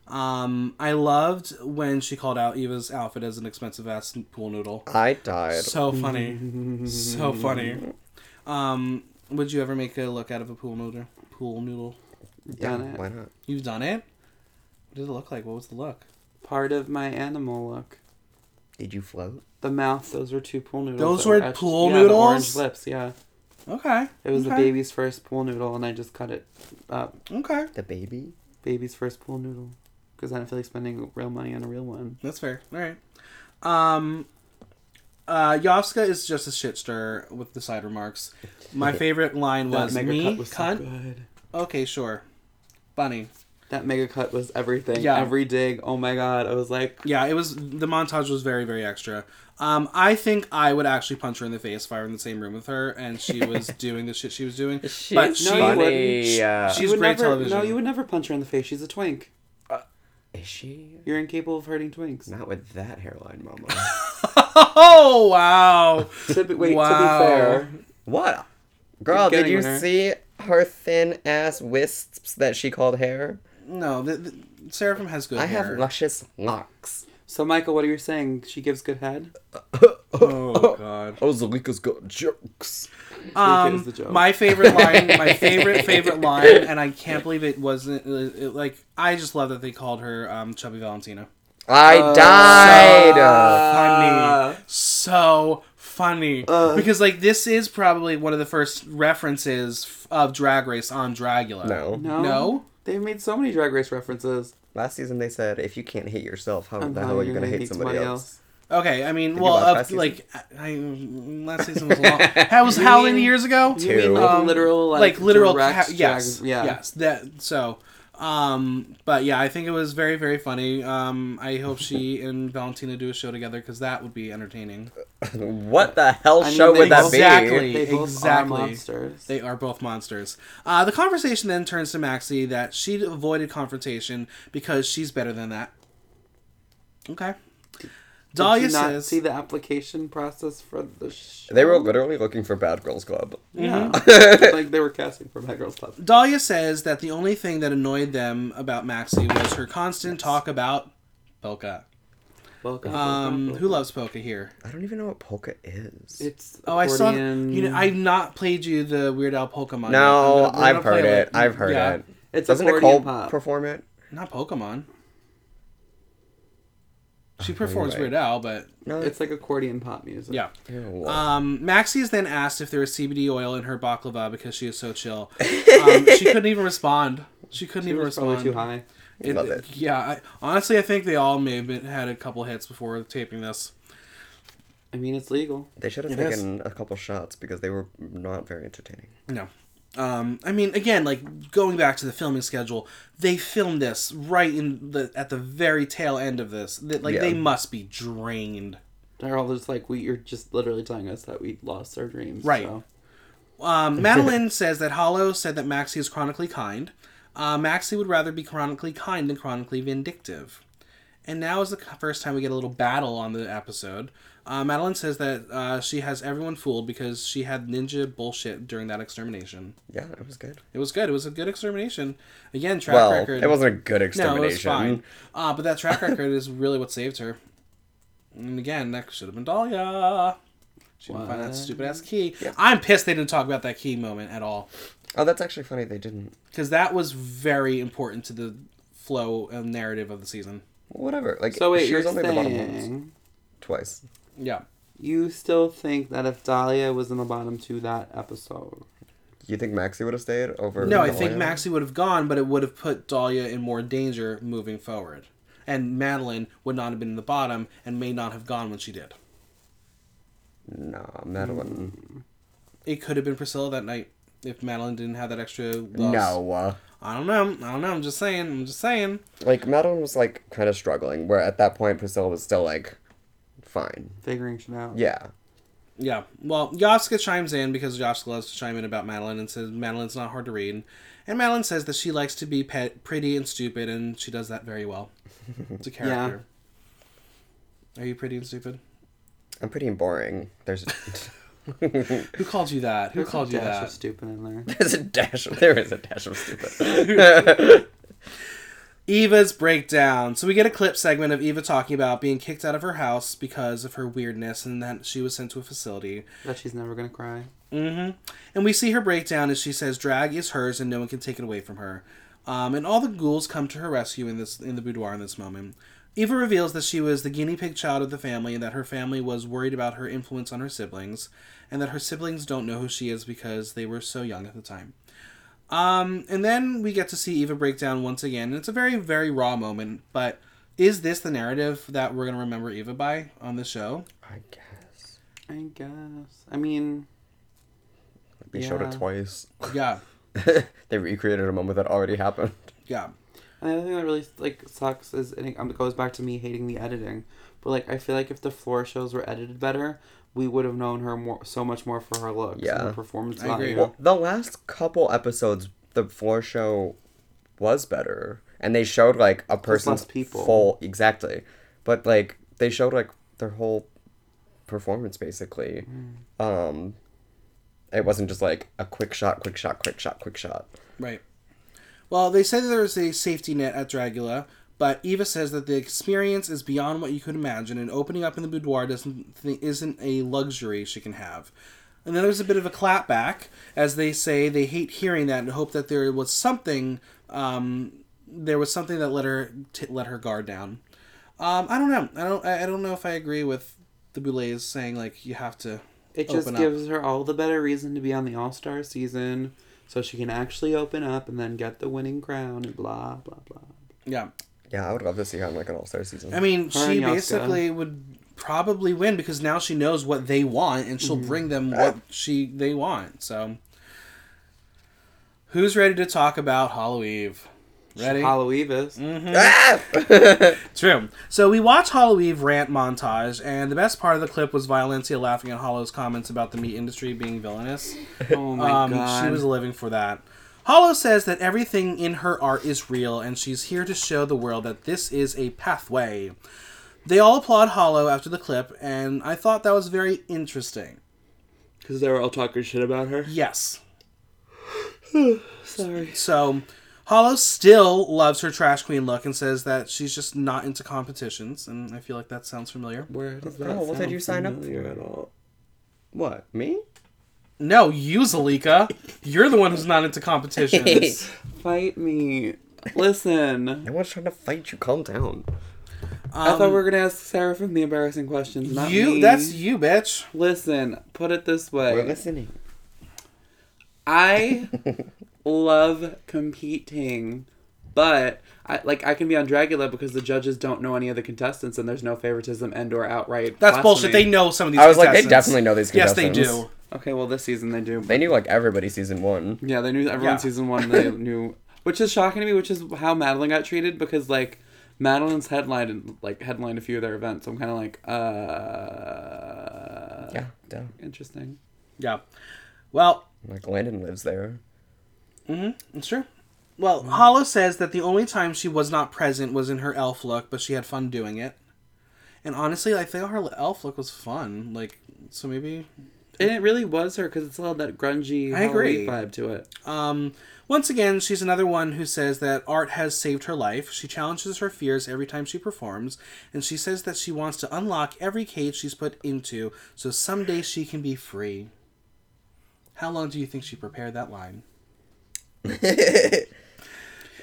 S1: Um, I loved when she called out Eva's outfit as an expensive ass pool noodle.
S3: I died.
S1: So funny, so funny. Um, would you ever make a look out of a pool noodle? Pool noodle.
S3: yeah.
S2: Done it.
S3: Why not?
S1: You've done it? What did it look like? What was the look?
S2: Part of my animal look.
S3: Did you float?
S2: The mouth. Those were two pool noodles.
S1: Those
S2: that
S1: were
S2: etched-
S1: pool
S2: yeah, the
S1: noodles?
S2: orange lips. Yeah.
S1: Okay.
S2: It was the
S1: okay.
S2: baby's first pool noodle, and I just cut it up.
S1: Okay.
S3: The baby?
S2: Baby's first pool noodle, because I don't feel like spending real money on a real one.
S1: That's fair. All right. Um, uh, Yovska is just a shit stir with the side remarks. My favorite line
S2: That
S1: was
S2: mega
S1: me
S2: cut was so
S1: cunt.
S2: good.
S1: okay, sure. Funny.
S2: That mega cut was everything.
S1: Yeah.
S2: Every dig. Oh my god. I was like,
S1: Yeah, it was the montage was very very extra. Um, I think I would actually punch her in the face if I were in the same room with her and she was doing the shit she was doing. but she,
S2: No, you funny. wouldn't.
S3: Sh-
S1: Yeah.
S2: you
S1: She's
S2: would
S1: great
S2: never,
S1: television.
S2: No, you would never punch her in the face. She's a twink.
S3: Is she?
S2: You're incapable of hurting twinks.
S3: Not with that hairline, mama.
S1: Oh wow.
S2: to be, wait,
S1: Wow.
S2: to be fair,
S3: what? Girl, did
S2: getting
S3: you
S2: with her.
S3: see her thin ass wisps that she called hair?
S1: No, the, the, Seraphim has good
S3: I
S1: hair.
S3: have luscious locks.
S2: so Michael, what are you saying? She gives good head.
S1: Oh god.
S3: Oh, Zalika's got jokes.
S2: is
S1: Um,
S2: the joke.
S1: my favorite line, my favorite favorite line, and I can't believe it wasn't it, it- like I just love that they called her um, Chubby Valentina.
S3: I died.
S1: uh,
S2: Uh.
S1: Funny, so funny because like this is probably one of the first references f- of Drag Race on Dragula.
S3: no.
S2: No.
S1: No?
S2: They've made so many Drag Race references.
S3: Last season they said if you can't hate yourself, how the hell are you gonna hate somebody else?
S1: Okay, I mean, well,
S3: watch
S1: of,
S3: last
S1: like I, last season was long. That was how many years ago?
S2: You mean like
S1: Um,
S2: literal, like,
S1: like, literal
S2: direct
S1: ca- yes
S2: drag- yeah.
S1: yes that so Um, but yeah, I think it was very, very funny. Um, I hope she and Valentina do a show together because that would be entertaining.
S3: What the hell
S2: I mean,
S3: show
S2: they
S3: would that
S1: exactly-
S3: be?
S2: They both
S1: exactly.
S2: are monsters.
S1: They are both monsters. Uh, the conversation then turns to Maxie that she avoided confrontation because she's better than that. Okay.
S2: Did
S1: Dahlia
S2: you not
S1: says,
S2: see the application process for the show?
S3: They were literally looking for Bad Girls Club.
S2: yeah,
S1: Mm-hmm.
S2: like they were casting for Bad Girls Club.
S1: Dahlia says that the only thing that annoyed them about Maxie was her constant talk about Polka.
S2: Welcome.
S1: Um, who loves Polka here?
S3: I don't even know what polka is.
S2: It's
S1: Oh, I saw.
S2: accordion.
S1: You know, I've not played you the Weird Al Pokemon.
S3: no,
S1: yet. I'm gonna- we're
S3: I've
S1: gonna play
S3: heard it. I've heard
S1: yeah.
S3: it.
S2: It's
S3: Doesn't
S2: accordion
S3: Nicole
S2: pop.
S3: perform it?
S1: Not Pokemon. She performs
S3: right.
S1: Weird Al, but
S3: No.
S2: It's like accordion pop music.
S1: yeah.
S3: Ew.
S1: Um, Maxie is then asked if there was CBD oil in her baklava because she is so chill. Um, she couldn't even respond. She couldn't
S2: It
S1: even
S2: was probably
S1: respond.
S2: too high.
S1: It-
S3: Love it.
S1: Yeah, I, honestly, I think they all may have been, had a couple hits before taping this.
S2: I mean, it's legal.
S3: they should have
S1: it is.
S3: taken a couple shots because they were not very entertaining.
S1: No. Um, I mean, again, like going back to the filming schedule, they filmed this right in the at the very tail end of this. That like
S3: Yeah.
S1: they must be drained.
S2: They're all just like, we, you're just literally telling us that we lost our dreams.
S1: Right.
S2: So.
S1: Um, Madeline says that Hollow said that Maxie is chronically kind. Uh, Maxie would rather be chronically kind than chronically vindictive. And now is the c- first time we get a little battle on the episode. Uh, Madeline says that uh, she has everyone fooled because she had ninja bullshit during that extermination.
S3: Yeah, it was good.
S1: It was good. It was a good extermination. Again, track
S3: Well,
S1: record.
S3: it wasn't a good
S1: No, it
S3: extermination.
S1: was fine. Uh, but that track record is really what saved her. And again, that should have been Dahlia. She didn't find that
S2: What?
S1: stupid ass key. I'm pissed they didn't talk about that key moment at all.
S3: Oh, that's actually funny. They didn't.
S1: Because that was very important to the flow and narrative of the season.
S3: Whatever. Like,
S2: So wait,
S3: she
S2: you're
S3: was only at the bottom once,
S2: saying
S3: twice.
S1: Yeah.
S2: you still think that if Dahlia was in the bottom two that episode,
S3: You think Maxie would have stayed over?
S1: No, I
S3: Dahlia?
S1: think Maxie would have gone, but it would have put Dahlia in more danger moving forward. And Madeline would not have been in the bottom and may not have gone when she did.
S3: No, Madeline.
S1: It could have been Priscilla that night if Madeline didn't have that extra loss.
S3: No. uh,
S1: I don't know. I don't know. I'm just saying. I'm just saying.
S3: Like Madeline was like kind of struggling, where at that point Priscilla was still like, fine.
S2: figuring shit out.
S3: Yeah.
S1: Yeah. Well, Yoska chimes in because Yoska loves to chime in about Madeline and says Madeline's not hard to read. And Madeline says that she likes to be pet, pretty and stupid, and she does that very well. It's a character. Are you pretty and stupid?
S3: I'm pretty boring. There's
S1: Who called you that? Who
S2: There's
S1: called
S2: a
S1: you
S2: dash of
S1: that?
S2: stupid in there.
S3: there's a dash. Of, there is a dash of stupid.
S1: Eva's breakdown. So we get a clip segment of Eva talking about being kicked out of her house because of her weirdness and that she was sent to a facility.
S2: that she's never gonna cry.
S1: hmm And we see her breakdown as she says drag is hers and no one can take it away from her. Um, and all the ghouls come to her rescue in this in the boudoir in this moment. Eva reveals that she was the guinea pig child of the family and that her family was worried about her influence on her siblings, and that her siblings don't know who she is because they were so young at the time. Um, and then we get to see Eva break down once again, and it's a very, very raw moment, but is this the narrative that we're gonna remember Eva by on the show?
S3: I guess.
S2: I guess. I mean,
S3: They showed
S2: Yeah.
S3: it twice.
S1: Yeah.
S3: they recreated a moment that already happened.
S1: Yeah.
S2: and the other thing that really like sucks is and it um, goes back to me hating the editing. But like, I feel like if the floor shows were edited better, we would have known her more, so much more for her looks and
S3: Yeah.
S2: her performance.
S1: I agree.
S2: value.
S1: Well,
S3: The last couple episodes, the floor show was better, and they showed like a person's
S2: people.
S3: full exactly, but like they showed like their whole performance basically. Um, it wasn't just like a quick shot, quick shot, quick shot, quick shot.
S1: Right. Well, they say that there's a safety net at Dragula, but Eva says that the experience is beyond what you could imagine, and opening up in the boudoir doesn't th- isn't a luxury she can have. And then there's a bit of a clapback as they say they hate hearing that and hope that there was something, um, there was something that let her t- let her guard down. Um, I don't know. I don't. I I don't know if I agree with the Boulets saying like you have to.
S2: It just
S1: open up.
S2: gives her all the better reason to be on the All Star season, so she can actually open up and then get the winning crown and blah blah blah.
S1: Yeah.
S3: Yeah, I would love to see her in like an all star season.
S1: I mean,
S2: Her
S1: she
S2: and Yoska.
S1: basically would probably win because now she knows what they want, and she'll bring them what she they want. So, who's ready to talk about Hollow Eve?
S4: Ready?
S2: Hollow Evis.
S1: Mm-hmm.
S3: Ah!
S4: True.
S1: So we watch Hollow Eve rant montage, and the best part of the clip was Violencia laughing at Hollow's comments about the meat industry being villainous.
S2: Oh my
S1: um,
S2: god.
S1: She was living for that. Hollow says that everything in her art is real, and she's here to show the world that this is a pathway. They all applaud Hollow after the clip, and I thought that was very interesting.
S2: Because they were all talking shit about her.
S1: Yes.
S2: Sorry.
S1: So, Hollow still loves her trash queen look and says that she's just not into competitions, and I feel like that sounds familiar.
S2: Where does that
S3: Oh, what did
S2: sound
S3: you sign up
S2: familiar
S3: for?
S2: At all?
S3: what? Me?
S1: No, you, Zalika. You're the one who's not into competitions.
S2: Fight me. Listen.
S3: No one's trying to fight you. Calm down.
S2: I thought we were gonna ask Seraphim the embarrassing questions. Not
S1: Um, you,
S2: me.
S1: that's you, bitch.
S2: Listen. Put it this way.
S3: We're listening.
S2: I love competing, but I, like I can be on Dragula because the judges don't know any of the contestants and there's no favoritism and or outright.
S1: That's
S2: blasphemy.
S1: bullshit. They know some of these.
S3: I was like, they
S1: contestants.
S3: definitely know these
S1: Yes, they
S3: contestants.
S1: do.
S2: Okay, well this season they do.
S3: They knew like everybody season one.
S2: yeah, they knew everyone
S1: Yeah.
S2: season one. They knew, which is shocking to me, which is how Madeline got treated because like Madeline's headlined like headlined a few of their events. So I'm kind of like, uh,
S3: Yeah, duh.
S2: interesting.
S1: Yeah. Well,
S3: Like Landon lives there.
S1: it's true. Well, Hollow says that the only time she was not present was in her elf look, but she had fun doing it. And honestly, I think her elf look was fun. Like, so maybe
S2: And it really was her because it still had that grungy
S1: I agree.
S2: Halloween vibe to it.
S1: Um, once again, she's another one who says that art has saved her life. She challenges her fears every time she performs, and she says that she wants to unlock every cage she's put into so someday she can be free. How long do you think she prepared that line?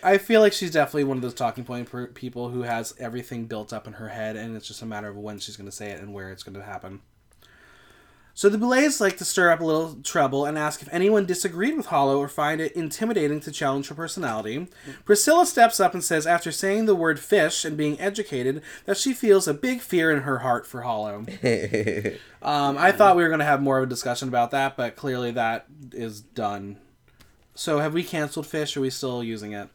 S1: I feel like she's definitely one of those talking point per- people who has everything built up in her head, and it's just a matter of when she's going to say it and where it's going to happen. So the Boulets like to stir up a little trouble and ask if anyone disagreed with Hollow or find it intimidating to challenge her personality. Priscilla steps up and says, after saying the word fish and being educated, that she feels a big fear in her heart for Hollow. Um, I thought we were going to have more of a discussion about that, but clearly that is done. So have we canceled fish? Or are we still using it?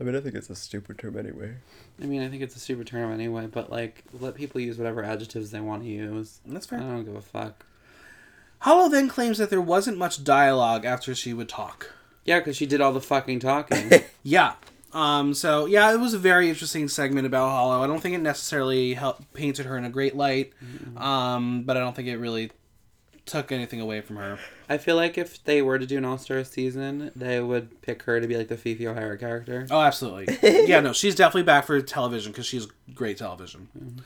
S3: I mean, I think it's a stupid term anyway.
S2: I mean, I think it's a super term anyway, but like, let people use whatever adjectives they want to use.
S1: That's fair.
S2: I don't give a fuck.
S1: Hollow then claims that there wasn't much dialogue after she would talk.
S2: Yeah, because she did all the fucking talking.
S1: Yeah. Um, so yeah, it was a very interesting segment about Hollow. I don't think it necessarily helped painted her in a great light, um, but I don't think it really took anything away from her.
S2: I feel like if they were to do an All Star season, they would pick her to be like the Fifi O'Hara character.
S1: Oh, absolutely. yeah, no, she's definitely back for television because she's great television.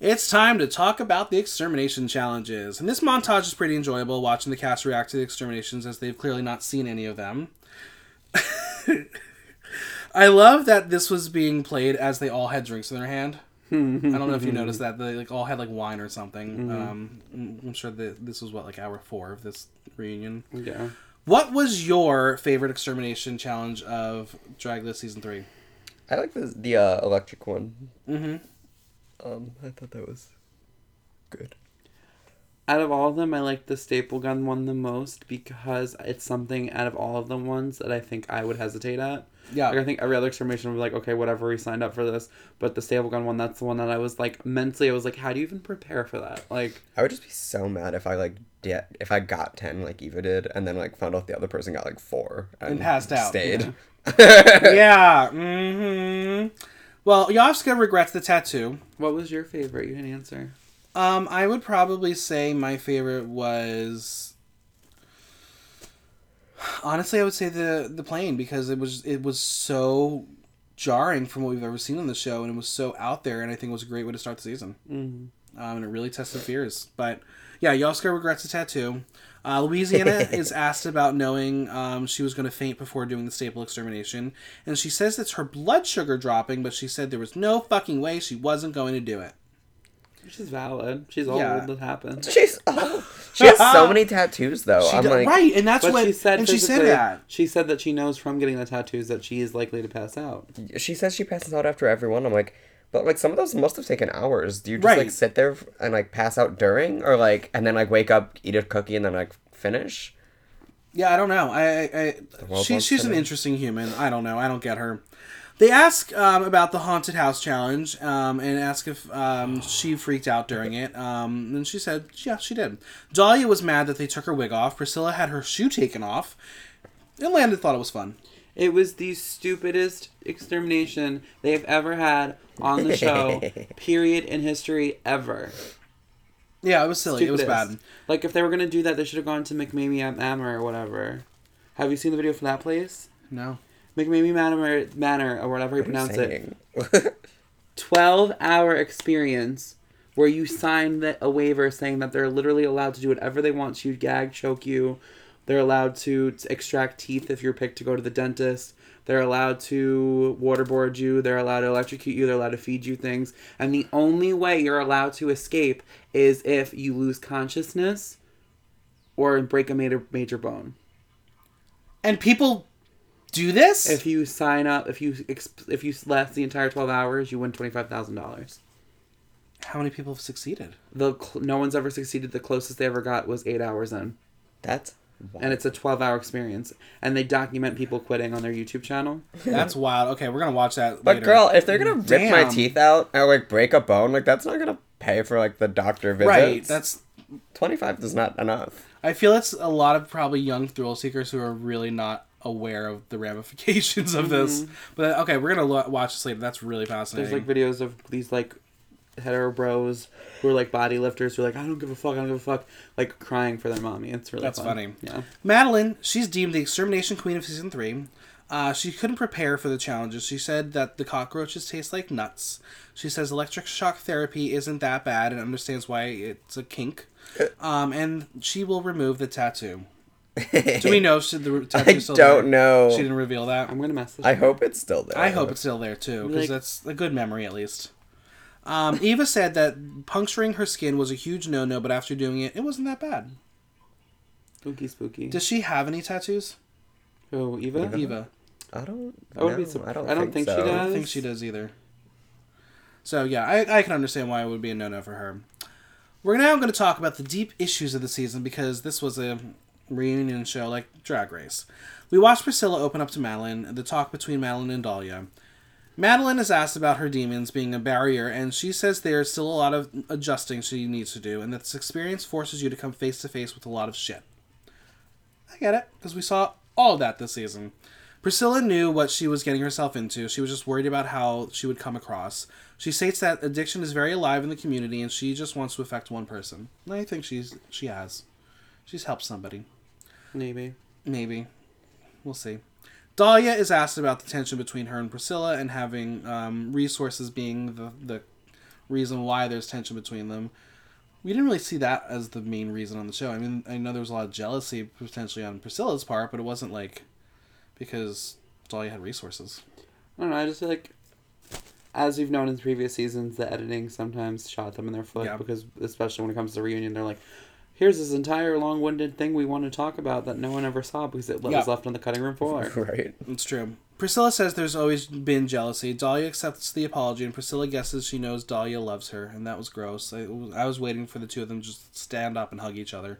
S1: It's time to talk about the extermination challenges. And this montage is pretty enjoyable watching the cast react to the exterminations as they've clearly not seen any of them. I love that this was being played as they all had drinks in their hand. I don't know if you noticed that they like all had like wine or something. Um, I'm sure that this was what like hour four of this reunion.
S2: Yeah.
S1: What was your favorite extermination challenge of Drag Race season three?
S3: I like the the uh, electric one. Mm-hmm. Um, I thought that was good.
S2: Out of all of them, I like the staple gun one the most because it's something out of all of the ones that I think I would hesitate at.
S1: Yeah.
S2: Like, I think every other extermination would be like, okay, whatever, we signed up for this. But the staple gun one, that's the one that I was like, mentally, I was like, how do you even prepare for that? Like,
S3: I would just be so mad if I like did if I got ten like Eva did, and then like found out the other person got like four and,
S1: passed out,
S3: Stayed.
S1: yeah. hmm Well, Yovska regrets the tattoo.
S2: what was your favorite? You didn't answer.
S1: Um, I would probably say my favorite was. Honestly, I would say the the plane because it was it was so jarring from what we've ever seen on the show, and it was so out there, and I think it was a great way to start the season. Um, and it really tested fears. But yeah, Yoska regrets the tattoo. Uh, Louisiana is asked about knowing um, she was going to faint before doing the staple extermination, and she says it's her blood sugar dropping, but she said there was no fucking way she wasn't going to do it.
S2: Which is valid. She's old.
S1: Yeah.
S2: That happens.
S3: She's oh, she has so many tattoos though.
S1: She
S3: I'm
S1: d-
S3: like
S1: right, and that's
S2: But
S1: what
S2: she said.
S1: and she said
S2: physically-
S1: that.
S2: She said that she knows from getting the tattoos that she is likely to pass out.
S3: she says she passes out after every one. I'm like, but like some of those must have taken hours. Do you just
S1: Right.
S3: like sit there and like pass out during, or like and then like wake up, eat a cookie, and then like finish?
S1: Yeah, I don't know. I, I, I
S3: world
S1: she,
S3: wants
S1: she's
S3: to
S1: an
S3: know.
S1: interesting human. I don't know. I don't get her. They ask um, about the haunted house challenge um, and ask if um, she freaked out during it. Um, and she said, yeah, she did. Dahlia was mad that they took her wig off. Priscilla had her shoe taken off. And Landon thought it was fun.
S2: It was the stupidest extermination they have ever had on the show, period, in history ever.
S1: Yeah, it was silly. It was
S2: Stupidest.
S1: bad.
S2: Like, if they were going to do that, they should have gone to McMamie Manor or whatever. Have you seen the video for that place?
S1: No.
S2: McMamie Manor, Manor or whatever you pronounce it.
S3: Saying.
S2: 12 hour experience where you sign that a waiver saying that they're literally allowed to do whatever they want to you gag choke you they're allowed to t- extract teeth if you're picked to go to the dentist they're allowed to waterboard you they're allowed to electrocute you they're allowed to feed you things and the only way you're allowed to escape is if you lose consciousness or break a major major bone
S1: And people do this?
S2: if you sign up if you exp- if you last the entire 12 hours you win $25000
S1: How many people have succeeded?
S2: the cl- no one's ever succeeded. The closest they ever got was eight hours in,
S3: That's wild.
S2: and it's a twelve-hour experience. And they document people quitting on their YouTube channel.
S1: That's wild. Okay, we're going to watch that
S3: But
S1: later.
S3: girl, if they're gonna rip my
S1: Damn.
S3: teeth out or like break a bone, like that's not gonna pay for like the doctor visit.
S1: Right. That's
S3: twenty five is not enough.
S1: I feel it's a lot of probably young thrill seekers who are really not aware of the ramifications of this.
S3: Mm-hmm.
S1: But okay, we're gonna lo- watch this later. That's really fascinating.
S2: There's like videos of these like hetero bros who are like body lifters who are like, I don't give a fuck, I don't give a fuck, like crying for their mommy. It's really
S1: That's
S2: fun.
S1: funny.
S2: Yeah.
S1: Madeline, she's deemed the extermination queen of season three. Uh, she couldn't prepare for the challenges. She said that the cockroaches taste like nuts. She says electric shock therapy isn't that bad and understands why it's a kink.
S3: Uh,
S1: Um, and she will remove the tattoo. Do we know if she, the tattoo
S3: I
S1: still
S3: don't
S1: there?
S3: know.
S1: She didn't reveal that.
S2: I'm gonna mess this.
S3: I
S2: up.
S3: hope it's still there.
S1: I hope it's still there too, because
S2: Like-
S1: that's a good memory at least. Um, Eva said that puncturing her skin was a huge no no, but after doing it, it wasn't that bad.
S2: spooky, spooky.
S1: Does she have any tattoos?
S2: oh, Eva.
S1: Eva.
S3: I don't.
S2: I would be
S3: know.
S2: surp-
S3: I don't.
S2: I don't
S3: think,
S2: think she
S3: so.
S1: I
S2: does.
S1: don't think she does either. So yeah, I, I can understand why it would be a no no for her. We're now going to talk about the deep issues of the season because this was a reunion show like Drag Race. We watched Priscilla open up to Madeline, the talk between Madeline and Dahlia. Madeline is asked about her demons being a barrier, and she says there's still a lot of adjusting she needs to do, and that this experience forces you to come face to face with a lot of shit. I get it, because we saw all of that this season. Priscilla knew what she was getting herself into. She was just worried about how she would come across. She states that addiction is very alive in the community and she just wants to affect one person. And I think she's she has. She's helped somebody.
S2: Maybe.
S1: Maybe. We'll see. Dahlia is asked about the tension between her and Priscilla and having um, resources being the, the reason why there's tension between them. We didn't really see that as the main reason on the show. I mean, I know there was a lot of jealousy potentially on Priscilla's part, but it wasn't like because Dahlia had resources.
S2: I don't know. I just feel like, as we've known in previous seasons, the editing sometimes shot them in their foot
S1: Yeah.
S2: because, especially when it comes to reunion, they're like, "Here's this entire long-winded thing we want to talk about that no one ever saw because it
S1: Yeah.
S2: was left on the cutting room floor."
S3: Right.
S1: It's true. Priscilla says there's always been jealousy. Dahlia accepts the apology, and Priscilla guesses she knows Dahlia loves her, and that was gross. I, I was waiting for the two of them to just stand up and hug each other.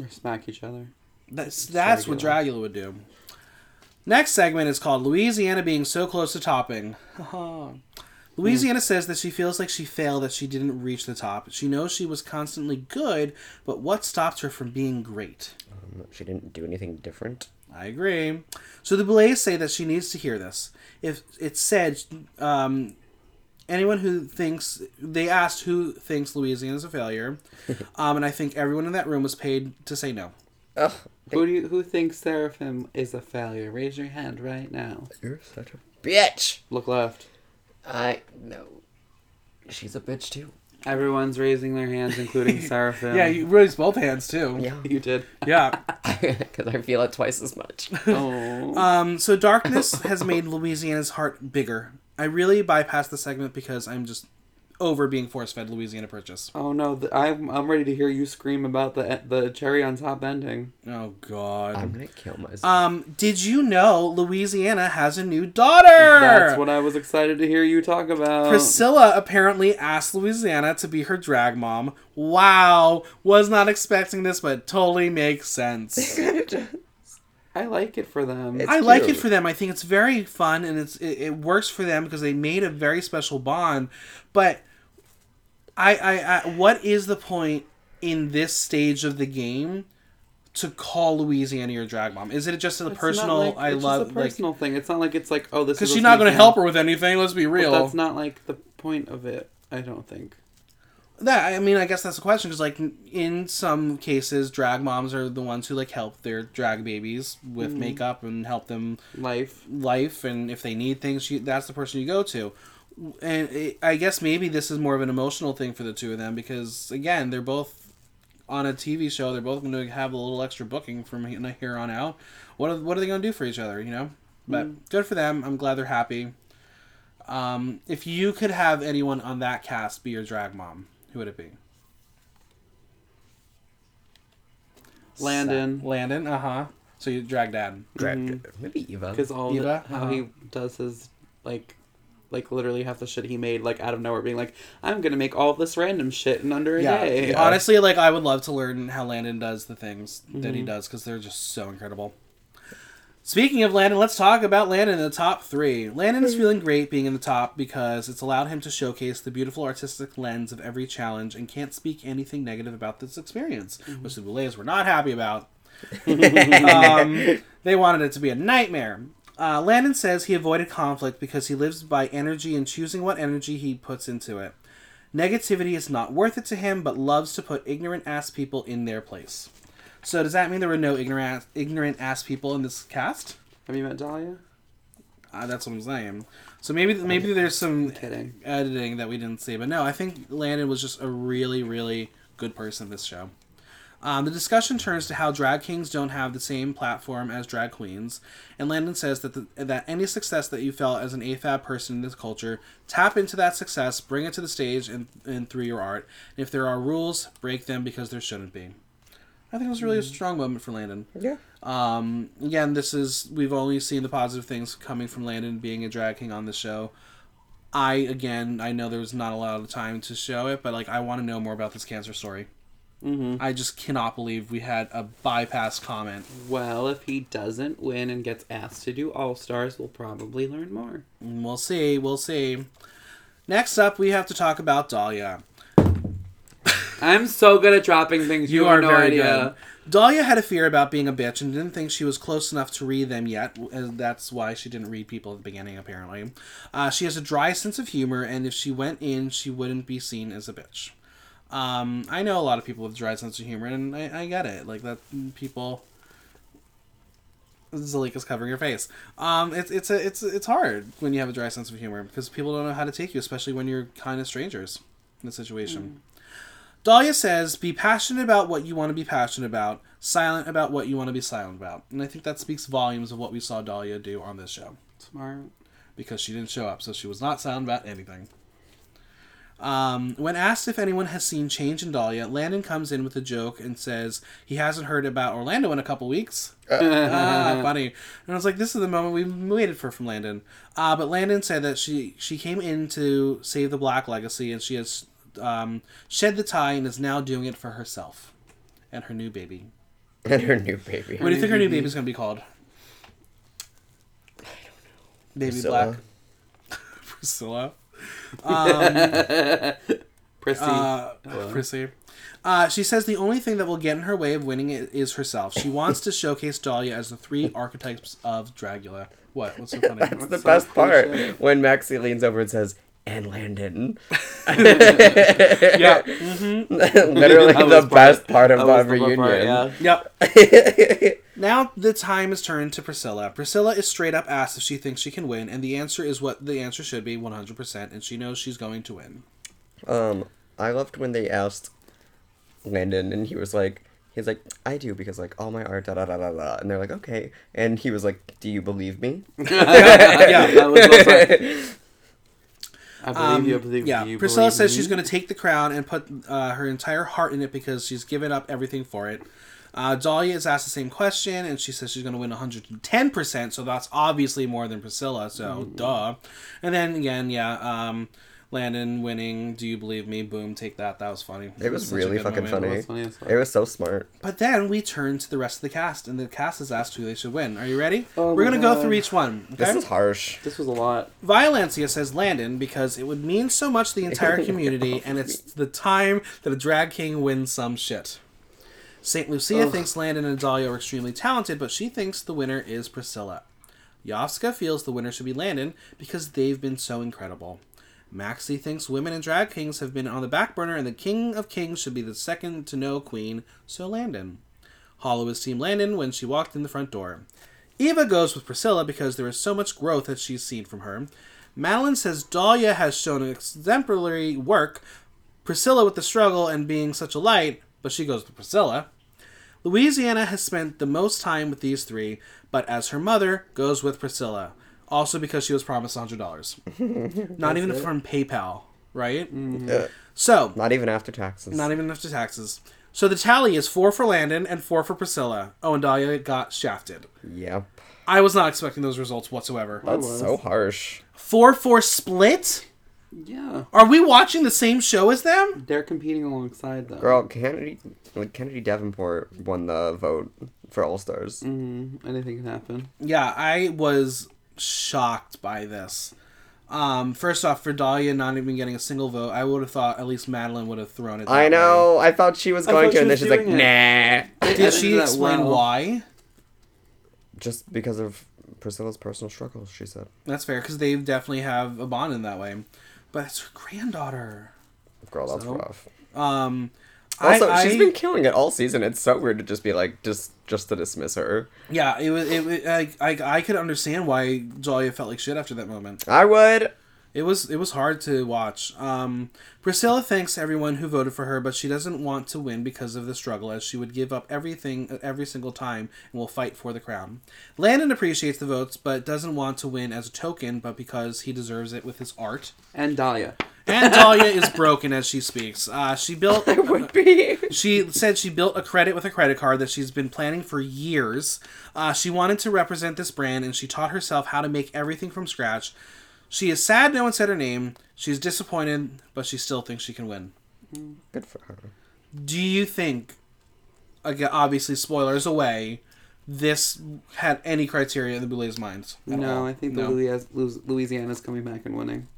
S2: or smack each other.
S1: That's that's what Dracula would do. Next segment is called Louisiana being so close to topping. Louisiana says that she feels like she failed that she didn't reach the top. She knows she was constantly good, but what stopped her from being great?
S3: She didn't do anything different.
S1: I agree. So the Blaze say that she needs to hear this. If it said, um, anyone who thinks they asked who thinks Louisiana is a failure, um, and I think everyone in that room was paid to say no.
S3: Ugh.
S2: Who do you, who thinks Seraphim is a failure? Raise your hand right now.
S3: You're such a bitch.
S2: Look left.
S3: I know. She's a bitch too.
S2: Everyone's raising their hands, including Seraphim.
S1: raised both hands too.
S3: Yeah.
S2: you did.
S1: Yeah.
S3: Because I feel it twice as much.
S2: Oh,
S1: Um, so darkness has made Louisiana's heart bigger. I really bypassed the segment because I'm just over being force fed Louisiana Purchase.
S2: Oh no, th I'm I'm ready to hear you scream about the e, the cherry on top ending.
S1: Oh God.
S3: I'm gonna kill myself.
S1: Um, did you know Louisiana has a new daughter?
S2: That's what I was excited to hear you talk about.
S1: Priscilla apparently asked Louisiana to be her drag mom. Wow, was not expecting this, but totally makes sense.
S2: I like it for them.
S3: It's-
S1: I like it
S3: cute.
S1: for them. I think it's very fun and it's it, it works for them because they made a very special bond. But I, I, I what is the point in this stage of the game to call Louisiana your drag mom? Is it just a
S2: It's not
S1: personal?
S2: like-
S1: I
S2: it's just
S1: love
S2: a
S1: like
S2: personal thing. It's not like it's like oh this
S1: because
S2: is
S1: she's not going to
S2: to
S1: help her with anything. Let's be real.
S2: That's not like the point of it. I don't think.
S1: That I mean, I guess that's the question because, like, in some cases, drag moms are the ones who like help their drag babies with
S2: Mm.
S1: makeup and help them
S2: Life.
S1: life, and if they need things, you, that's the person you go to. And it, I guess maybe this is more of an emotional thing for the two of them because, again, they're both on a TV show. They're both going to have a little extra booking from he- here on out. What are, what are they going to do for each other? You know, but good for them. I'm glad they're happy. Um, if you could have anyone on that cast be your drag mom, who would it be?
S2: Landon.
S1: Landon, uh huh. So your drag dad.
S3: Drag-
S2: Mm.
S3: Maybe Eva.
S2: because all
S1: Eva, uh-huh.
S2: the, how he does his like like literally half the shit he made like out of nowhere being like i'm gonna make all this random shit in under a
S1: Yeah.
S2: day
S3: Yeah.
S1: Honestly, like I would love to learn how Landon does the things that he does because they're just so incredible. Speaking of Landon, let's talk about Landon in the top three. Landon is feeling great being in the top because it's allowed him to showcase the beautiful artistic lens of every challenge and can't speak anything negative about this experience, which the Boulets were not happy about. um, they wanted it to be a nightmare. Uh, Landon says he avoided conflict because he lives by energy and choosing what energy he puts into it. Negativity is not worth it to him, but loves to put ignorant ass people in their place. So does that mean there were no ignorant ignorant ass people in this cast?
S2: have you met dahlia
S1: Uh, that's what I'm saying. So maybe maybe there's some
S2: kidding.
S1: editing that we didn't see, but no, I think Landon was just a really really good person in this show. Um, the discussion turns to how drag kings don't have the same platform as drag queens, and Landon says that the, that any success that you felt as an AFAB person in this culture, tap into that success, bring it to the stage, and, and through your art. And if there are rules, break them because there shouldn't be. I think it was really a strong moment for Landon.
S3: yeah.
S1: Um, again, this is we've only seen the positive things coming from Landon being a drag king on the show. I again, I know there was not a lot of time to show it, but like I want to know more about this cancer story. Mm-hmm. I just cannot believe we had a bypass comment.
S2: well if he doesn't win and gets asked to do all stars we'll probably learn more
S1: And We'll see, we'll see. Next up, we have to talk about Dahlia.
S2: i'm so good at dropping things you,
S1: You
S2: have
S1: are
S2: no
S1: very
S2: idea
S1: good. Dahlia had a fear about being a bitch and didn't think she was close enough to read them yet. and That's why she didn't read people at the beginning, apparently. Uh, she has a dry sense of humor, and if she went in, she wouldn't be seen as a bitch. Um, I know a lot of people with dry sense of humor, and I, I get it. Like that, mm, people. Zalika's covering your face. Um, it's it's a, it's it's hard when you have a dry sense of humor because people don't know how to take you, especially when you're kind of strangers in the situation. Dahlia says, be passionate about what you want to be passionate about, silent about what you want to be silent about. And I think that speaks volumes of what we saw Dahlia do on this show
S2: smart
S1: because she didn't show up, so she was not silent about anything. Um, when asked if anyone has seen change in Dahlia, Landon comes in with a joke and says he hasn't heard about Orlando in a couple weeks. ah, funny. And I was like, this is the moment we've waited for from Landon. Uh, but Landon said that she she came in to save the Black legacy, and she has um, shed the tie and is now doing it for herself and her new baby.
S3: And her new baby.
S1: What do you think her new baby's gonna be called? I don't know. Baby
S3: Priscilla.
S1: Black. Priscilla.
S2: prissy
S1: Uh, Prissy. Uh, she says the only thing that will get in her way of winning it is herself. She wants to showcase Dahlia as the three archetypes of Dragula. What? What's so funny?
S3: That's the
S2: so
S3: best part
S2: cliche.
S3: when Maxie leans over and says, "And Landon."
S1: yeah.
S3: Literally
S2: That
S3: the
S2: was part-
S3: best part of
S2: that
S3: the
S2: was the
S3: reunion.
S2: part, yeah.
S1: Yep. Now the time is turned to Priscilla. Priscilla is straight up asked if she thinks she can win, and the answer is what the answer should be 100%, and she knows she's going to win.
S3: Um, I loved when they asked Landon, and he was like, he's like, I do because like all my art, da da da da da, and they're like, okay, and he was like, do you believe me?
S2: yeah, that was so smart. I believe you. I believe
S1: Um, yeah,
S2: you.
S1: Priscilla
S2: believe
S1: says
S2: me.
S1: she's going to take the crown and put uh, her entire heart in it because she's given up everything for it. Uh, Dahlia is asked the same question, and she says she's going to win 110%, so that's obviously more than Priscilla, so duh. And then again, yeah, um, Landon winning, do you believe me? Boom, take that. That was funny.
S3: It was
S1: Such a
S3: really
S1: good
S3: fucking
S1: moment.
S2: It
S3: funny.
S2: was funny as fuck.
S3: It was so smart.
S1: But then we turn to the rest of the cast, and the cast is asked who they should win. Are you ready?
S2: Oh
S1: We're
S2: my
S1: going to go
S2: God.
S1: through each one. Okay?
S3: This is harsh.
S2: This was a lot.
S1: Violencia says Landon because it would mean so much to the entire community, and it's the time that a drag king wins some shit. St. Lucia thinks Landon and Dahlia are extremely talented, but she thinks the winner is Priscilla. Yoska feels the winner should be Landon because they've been so incredible. Maxie thinks women and drag kings have been on the back burner, and the king of kings should be the second to no queen, so Landon. Hollow is Team Landon when she walked in the front door. Eva goes with Priscilla because there is so much growth that she's seen from her. Madeline says Dahlia has shown exemplary work, Priscilla with the struggle and being such a light, but she goes with Priscilla. Louisiana has spent the most time with these three, but as her mother, goes with Priscilla. Also because she was promised $100. Not even from PayPal, right?
S3: Yeah.
S1: So,
S3: Not even after taxes.
S1: not e- even enough to taxes. So the tally is four for Landon and four for Priscilla. Oh, and Dahlia got shafted.
S3: Yep.
S1: I was not expecting those results whatsoever.
S3: That's
S2: was.
S3: so harsh.
S1: Four four split?
S2: Yeah.
S1: Are we watching the same show as them?
S2: They're competing alongside though.
S3: Girl, Kennedy, like Kennedy Davenport won the vote for All Stars.
S2: Mm, anything can happen.
S1: Yeah, I was shocked by this. Um, first off, for Dahlia not even getting a single vote, I would have thought at least Madeline would have thrown it. that
S3: I know. I thought she was
S2: I
S3: going
S2: thought
S3: to, and then
S2: she
S3: she's
S2: was
S3: like,
S2: doing
S3: nah.
S1: way. Did she explain why?
S3: Just because of Priscilla's personal struggles, she said.
S1: That's fair because they definitely have a bond in that way. But it's her granddaughter.
S3: Girl, that's
S1: So?
S3: rough.
S1: Um, I-
S3: Also,
S1: I,
S3: she's been killing it all season. It's so weird to just be like, just just to dismiss her.
S1: Yeah, it was. It, was- I, I I could understand why Dahlia felt like shit after that moment.
S3: I would.
S1: It was it was hard to watch. Um, Priscilla thanks everyone who voted for her, but she doesn't want to win because of the struggle, as she would give up everything every single time and will fight for the crown. Landon appreciates the votes, but doesn't want to win as a token, but because he deserves it with his art.
S2: And Dahlia.
S1: And Dahlia is broken as she speaks. Uh, she built
S3: Would be.
S1: she said she built a credit with a credit card that she's been planning for years. Uh, she wanted to represent this brand, and she taught herself how to make everything from scratch. She is sad no one said her name. She's disappointed, but she still thinks she can win.
S3: Good for her.
S1: Do you think, again, obviously spoilers away, this had any criteria in the Boulez minds? at
S2: No,
S1: all?
S2: I think the
S1: No.
S2: Louis- Louis- Louisiana's coming back and winning.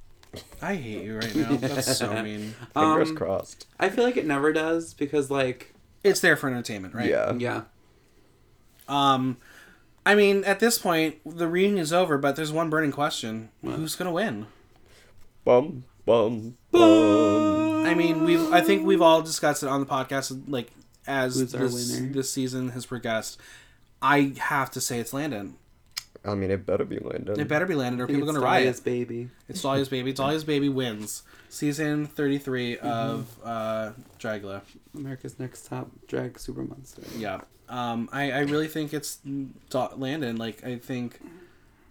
S1: I hate you right now. That's so mean.
S3: Fingers
S2: Um,
S3: crossed.
S2: I feel like it never does because like
S1: It's there for entertainment, right?
S3: Yeah.
S2: yeah.
S1: Um, I mean, at this point, the reunion is over, but there's one burning question: Who's gonna win?
S3: Bum bum bum.
S1: I mean, we have I think we've all discussed it on the podcast. Like as
S2: Who's our
S1: this,
S2: winner?
S1: this season has progressed, I have to say it's Landon.
S3: I mean, it better be Landon.
S1: It better be Landon, or
S2: I think
S1: people are
S2: it's
S1: gonna
S2: Dahlia's
S1: riot.
S2: baby.
S1: It's Dahlia's baby. Dahlia's baby wins season thirty-three of uh, Dragula.
S2: America's Next Top Drag Super Monster.
S1: Yeah, um, I I really think it's Da- Landon. Like I think.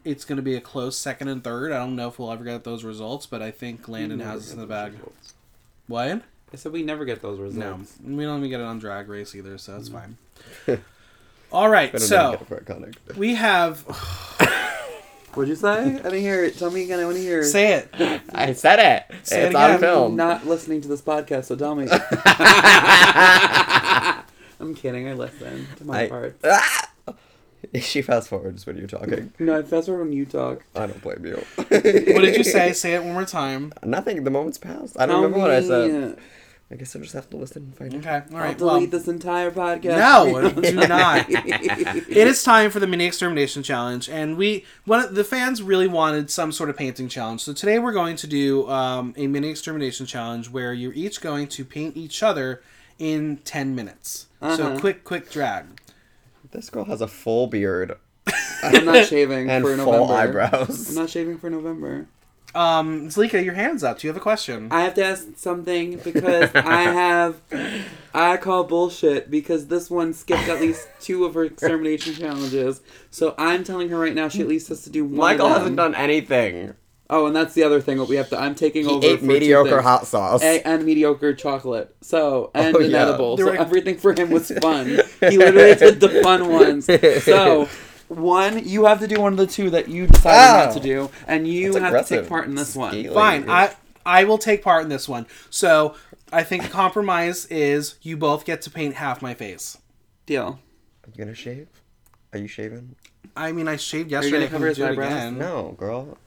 S1: It's going to be a close second and third. I don't know if we'll ever get those results, but I think Landon
S2: Never
S1: has us
S2: get
S1: in the
S2: those
S1: bag.
S2: results.
S1: What?
S2: I said we never get those
S1: No,
S2: results.
S1: we don't even get it on Drag Race either, so that's fine. All right,
S3: Better
S1: so
S3: not get iconic.
S1: we have
S2: What'd you say? I didn't hear it. Tell me again. I want to hear. it.
S1: say it.
S3: I said it.
S1: Say it
S3: it's on
S1: again.
S2: I'm
S3: film.
S2: not listening to this podcast, so tell me. I'm kidding. I listen to my
S3: I-
S2: part.
S3: Ah! She fast forwards when you're talking.
S2: No, if that's when you talk.
S3: I don't blame you.
S1: What did you say? Say it one more time.
S3: Nothing. The moment's passed. I don't
S2: Tell
S3: remember what I
S2: me.
S3: said. I guess I just have to listen and find out.
S1: Okay, all
S2: I'll
S1: right. Well,
S2: delete this entire podcast.
S1: no, do not. It is time for the mini extermination challenge, and we one of the fans really wanted some sort of painting challenge. So today we're going to do um, a mini extermination challenge where you're each going to paint each other in ten minutes. So
S2: Uh-huh.
S1: quick, quick drag.
S3: This girl has a full beard
S2: I'm not shaving
S3: and
S2: for
S3: full
S2: November. I'm
S3: eyebrows.
S2: not shaving for November.
S1: Um, Zlika, your hands up. Do you have a question?
S2: I have to ask something because I have. I call bullshit because this one skipped at least two of her extermination challenges. So I'm telling her right now she at least has to do one.
S3: Michael
S2: of them.
S3: hasn't done anything.
S2: Oh, and that's the other thing. What we have to. I'm taking
S3: He
S2: over.
S3: ate
S2: for two
S3: mediocre
S2: things.
S3: hot sauce.
S2: A- and mediocre chocolate. So and
S3: Oh, yeah.
S2: inedible.
S1: There
S2: So
S1: were-
S2: everything for him was fun. he literally did the fun ones. So one, you have to do one of the two that you decided
S3: Wow.
S2: not to do, and you
S3: Ah! That's
S2: have to
S3: aggressive.
S2: take part in this one.
S3: Skeet.
S1: Fine,
S3: Like-
S1: I I will take part in this one. So I think the compromise is you both get to paint half my face.
S2: Deal.
S3: you gonna shave? Are you shaving?
S1: I mean, I shaved
S2: you
S1: yesterday.
S2: gonna
S1: I
S2: cover
S1: can
S2: his
S1: do it
S2: eyebrows?
S1: again.
S3: No, girl.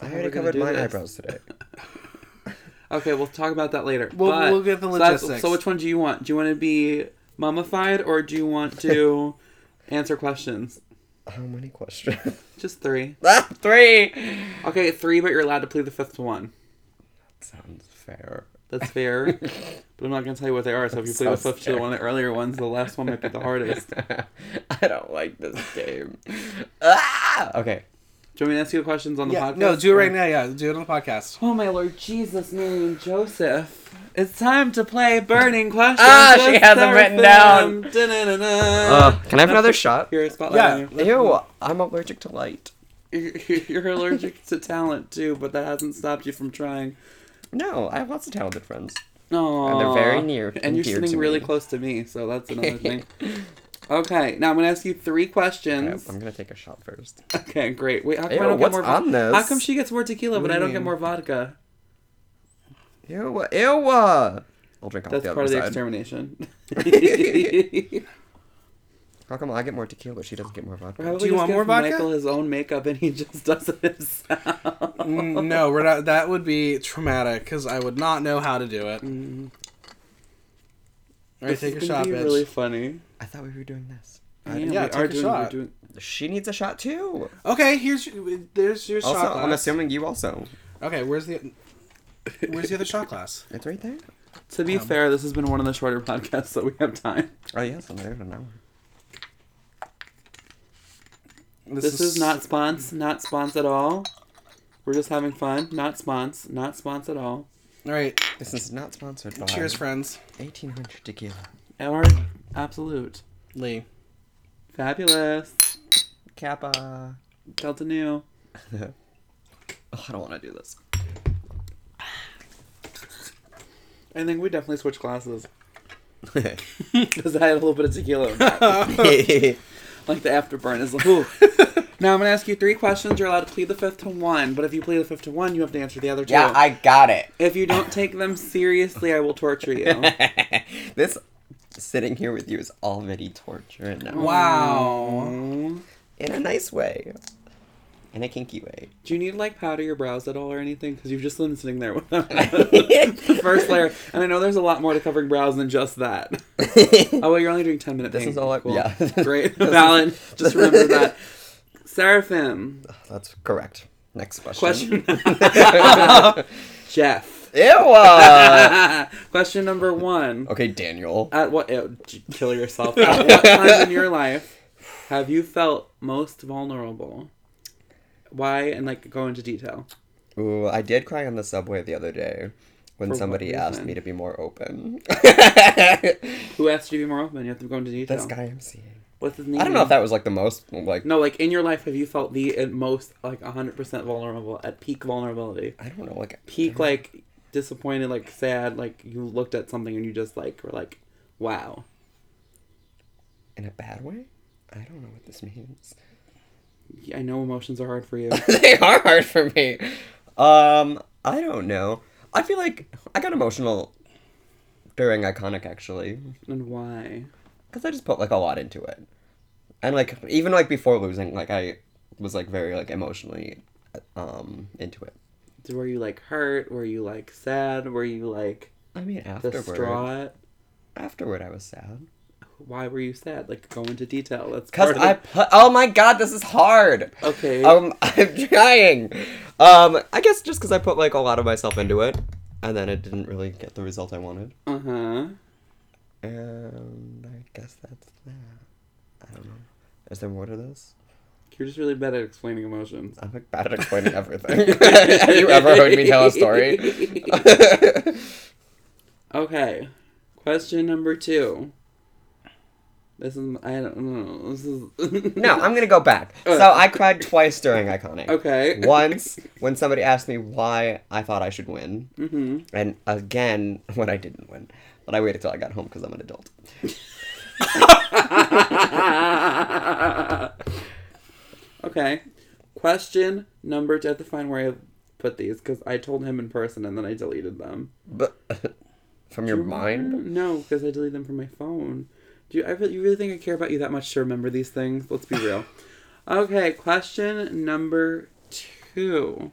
S3: I
S2: Mm. how are
S3: already
S2: we gonna
S3: covered
S2: do
S3: my
S2: this?
S3: eyebrows today.
S2: Okay, we'll talk about that later.
S1: We'll-
S2: But-
S1: we'll get the
S2: so that's-
S1: logistics.
S2: So, which one do you want? Do you want to be mummified or do you want to answer questions?
S3: How many questions?
S2: Just three.
S3: ah, three.
S2: Okay, three, but you're allowed to plead the fifth one.
S3: Sounds fair.
S2: That's fair. but I'm not going to tell you what they are. So if you plead the
S3: Sounds
S2: fifth to
S3: fair.
S2: one of the earlier ones, the last one might be the hardest. Do
S3: I don't like this game. ah! Okay.
S2: you want me to ask you the questions on the
S1: Yeah,
S2: podcast?
S1: no, do it right
S2: Or-
S1: now. Yeah, do it on the podcast.
S2: Oh my lord, Jesus, Mary, and Joseph. It's time to play burning questions.
S3: Ah, she
S2: with
S3: has them written
S2: Seraphim.
S3: down. Uh,
S2: Da-na-na-na.
S3: can I have another shot?
S2: Here, spotlight on
S1: Yeah.
S2: you.
S3: Ew, I'm allergic to light.
S2: You're allergic to talent too, but that hasn't stopped you from trying.
S3: No, I have lots of talented friends.
S2: No,
S3: they're very near
S2: and
S3: and
S2: you're
S3: dear
S2: sitting
S3: to
S2: really
S3: me.
S2: close to me, so that's another thing. Okay, now I'm gonna ask you three questions.
S3: I'm gonna take a shot first.
S2: Okay, great. Wait, how come
S3: Ew,
S2: I don't
S3: what's
S2: get more? vo-
S3: on this? Mm.
S2: How come she gets more tequila, but I don't get more vodka?
S3: Ew, ew. I'll drink off
S2: That's
S3: the
S2: part
S3: other
S2: of the
S3: side.
S2: extermination.
S3: How come I get more tequila? She doesn't get more vodka.
S2: Probably
S1: you
S2: just
S1: want
S2: give
S1: more vodka?
S2: Michael his own makeup, and he just does it himself.
S1: Mm, no, we're not. That would be traumatic because I would not know how to do it. All right,
S2: Mm-hmm. This
S1: take
S2: is
S1: a
S2: gonna
S1: shot,
S2: be
S1: bitch.
S2: really funny.
S3: I thought we were doing this.
S1: yeah, take a
S2: doing,
S1: shot.
S2: We're doing,
S3: She needs a shot too.
S1: Okay, here's your, there's your
S3: Also,
S1: shot glass.
S3: I'm assuming you also.
S1: Okay, where's the where's the other shot glass?
S3: It's right there.
S2: To
S1: Um,
S2: be fair, this has been one of the shorter podcasts that we have time.
S3: Oh yes, I'm there in an hour.
S2: This is not spons, not spons at all. We're just having fun. Not spons, not spons at all.
S1: All right,
S3: This is not sponsored by.
S1: cheers, friends.
S3: 1800 tequila.
S2: Or absolute.
S1: Lee,
S2: Fabulous.
S3: Kappa.
S2: Delta Nu.
S3: oh, I don't want to do this.
S2: I think we definitely switch glasses. Because I had a little bit of tequila. in that. like the afterburn is like, ooh. now I'm going to ask you three questions. You're allowed to plead the fifth to one. But if you plead the fifth to one, you have to answer the other two.
S3: yeah, I got it.
S2: if you don't take them seriously, I will torture you.
S3: this sitting here with you is already torture now.
S1: wow.
S2: Mm.
S3: In a nice way. In a kinky way.
S2: Do you need to, like powder your brows at all or anything? Because you've just been sitting there with the first layer, and I know there's a lot more to covering brows than just that. Oh, well, you're only doing ten minutes.
S3: This is all I- yeah.
S2: great,
S3: This is-
S2: valid. Just remember that. Seraphim,
S3: That's correct. Next question.
S2: question. Jeff,
S3: Ew! uh,
S2: question number one.
S3: okay, Daniel.
S2: At what? ew, j- kill yourself. At what time in your life have you felt most vulnerable? Why and like go into detail.
S3: Ooh, I did cry on the subway the other day when
S2: For what
S3: somebody asked
S2: reason?
S3: me to be more open.
S2: Who asked you to be more open? You have to go into detail.
S3: this guy I'm seeing.
S2: What's his name?
S3: I don't know if that was like the most like
S2: No, like in your life, have you felt the at most like hundred percent vulnerable at peak vulnerability?
S3: I don't know like
S2: Peak like disappointed, like sad, like you looked at something and you just like were like, wow.
S3: in a bad way. I don't know what this means.
S2: Yeah, I know emotions are hard for you.
S3: they are hard for me. Um, I don't know. I feel like I got emotional during Iconic actually,
S2: and why?
S3: because I just put like a lot into it, and like even like before losing, like I was like very like emotionally um into it.
S2: Did- Were you like hurt? Were you like sad? Were you like
S3: I mean, afterward,
S2: distraught?
S3: afterward, I was sad
S2: Why were you sad? Like go into detail. That's
S3: because
S2: part of
S3: I
S2: it.
S3: put. Oh my god, this is hard.
S2: okay.
S3: Um, I'm trying. Um, I guess just because I put like a lot of myself into it, and then it didn't really get the result I wanted.
S2: Uh huh.
S3: And I guess that's that. I don't know. Is there more to this?
S2: You're just really bad at explaining emotions.
S3: I'm like bad at explaining everything. Have you ever heard me tell a story?
S2: Okay. Question number two. This is I don't know. This is
S3: No, I'm gonna go back. So I cried twice during Iconic.
S2: Uh. Okay.
S3: Once when somebody asked me why I thought I should win,
S2: hmm
S3: and again when I didn't win, but I waited till I got home because I'm an adult.
S2: okay. Question number two. I have to find where I put these because I told him in person and then I deleted them.
S3: But from your mind,
S2: Uh, No, because I deleted them from my phone. Do you, I really, you really think I care about you that much to remember these things? Let's be real. okay, question number two.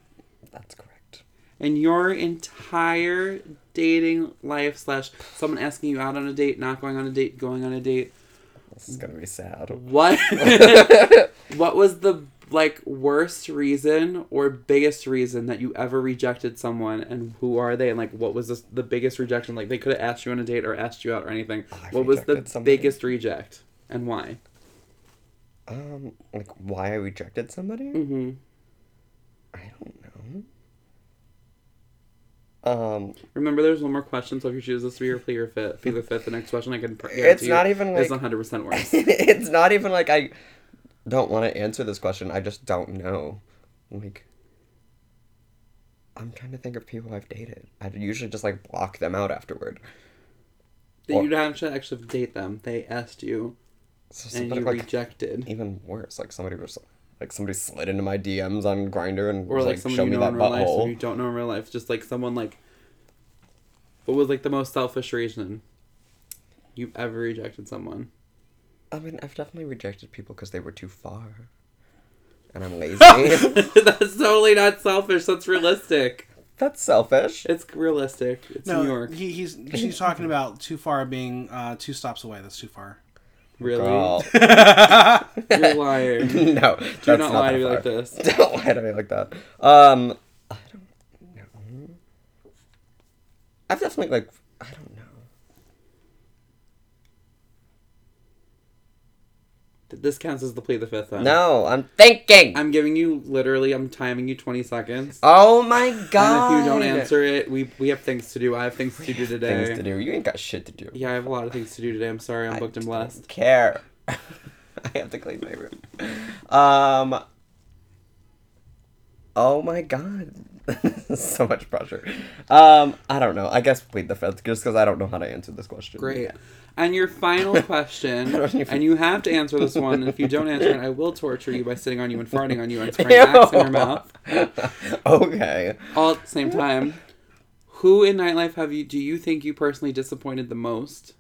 S3: that's correct.
S2: And your entire dating life slash someone asking you out on a date, not going on a date, going on a date.
S3: This is gonna be sad.
S2: What? what was the like worst reason or biggest reason that you ever rejected someone, and who are they, and like what was this, the biggest rejection? Like they could have asked you on a date or asked you out or anything.
S3: I've
S2: what was the
S3: rejected somebody.
S2: biggest reject and why?
S3: Um, like why I rejected somebody?
S2: Mm-hmm.
S3: I don't know. Um,
S2: Remember, there's one more question. So if you choose this to be your plea or fit, be the fifth. The next question I can. guarantee
S3: It's not even,
S2: It's
S3: like-
S2: 100 percent worse.
S3: it's not even like I don't want to answer this question. I just don't know. Like, I'm trying to think of people I've dated. I usually just like block them out afterward.
S2: That
S3: Or-
S2: you don't have to actually date them. They asked you
S3: So
S2: and
S3: somebody
S2: you
S3: like
S2: rejected.
S3: even worse. Like somebody was like somebody slid into my DMs on Grinder and
S2: Or
S3: was
S2: like
S3: like,
S2: someone
S3: show
S2: you
S3: me
S2: know
S3: that
S2: in real life, someone you
S3: butthole.
S2: don't know in real life. Just like someone like what was like the most selfish reason you've ever rejected someone?
S3: I mean, I've definitely rejected people because they were too far, and I'm lazy.
S2: That's totally not selfish. That's realistic.
S3: That's selfish.
S2: It's realistic. It's New York.
S1: He, he's she's talking about too far being uh, two stops away. That's too far.
S2: Really?
S3: Girl.
S2: You're a liar. Do
S3: no,
S2: not,
S3: that's not
S2: lie to
S3: that
S2: me like
S3: far.
S2: this.
S3: Don't lie to me like that. Um, I don't know. I've definitely like I don't know.
S2: This counts as the plea of the fifth. Then.
S3: No, I'm thinking.
S2: I'm giving you literally. I'm timing you 20 seconds.
S3: oh my god!
S2: And if you don't answer it, we we have things to do. I have things to do today.
S3: things to do, you ain't got shit to do.
S2: Yeah, I have a lot of things to do today. I'm sorry. I'm booked and blessed.
S3: Don't care. I have to clean my room. Um. Oh my god. so much pressure. Um, I don't know. I guess plead the fifth, just because I don't know how to answer this question.
S2: Great. And your final question,
S3: I don't even-
S2: and you have to answer this one. And if you don't answer it, I will torture you by sitting on you and farting on you and spraying axe in your mouth
S3: okay.
S2: all at the same time. Who in nightlife have you? Do you think you personally disappointed the most,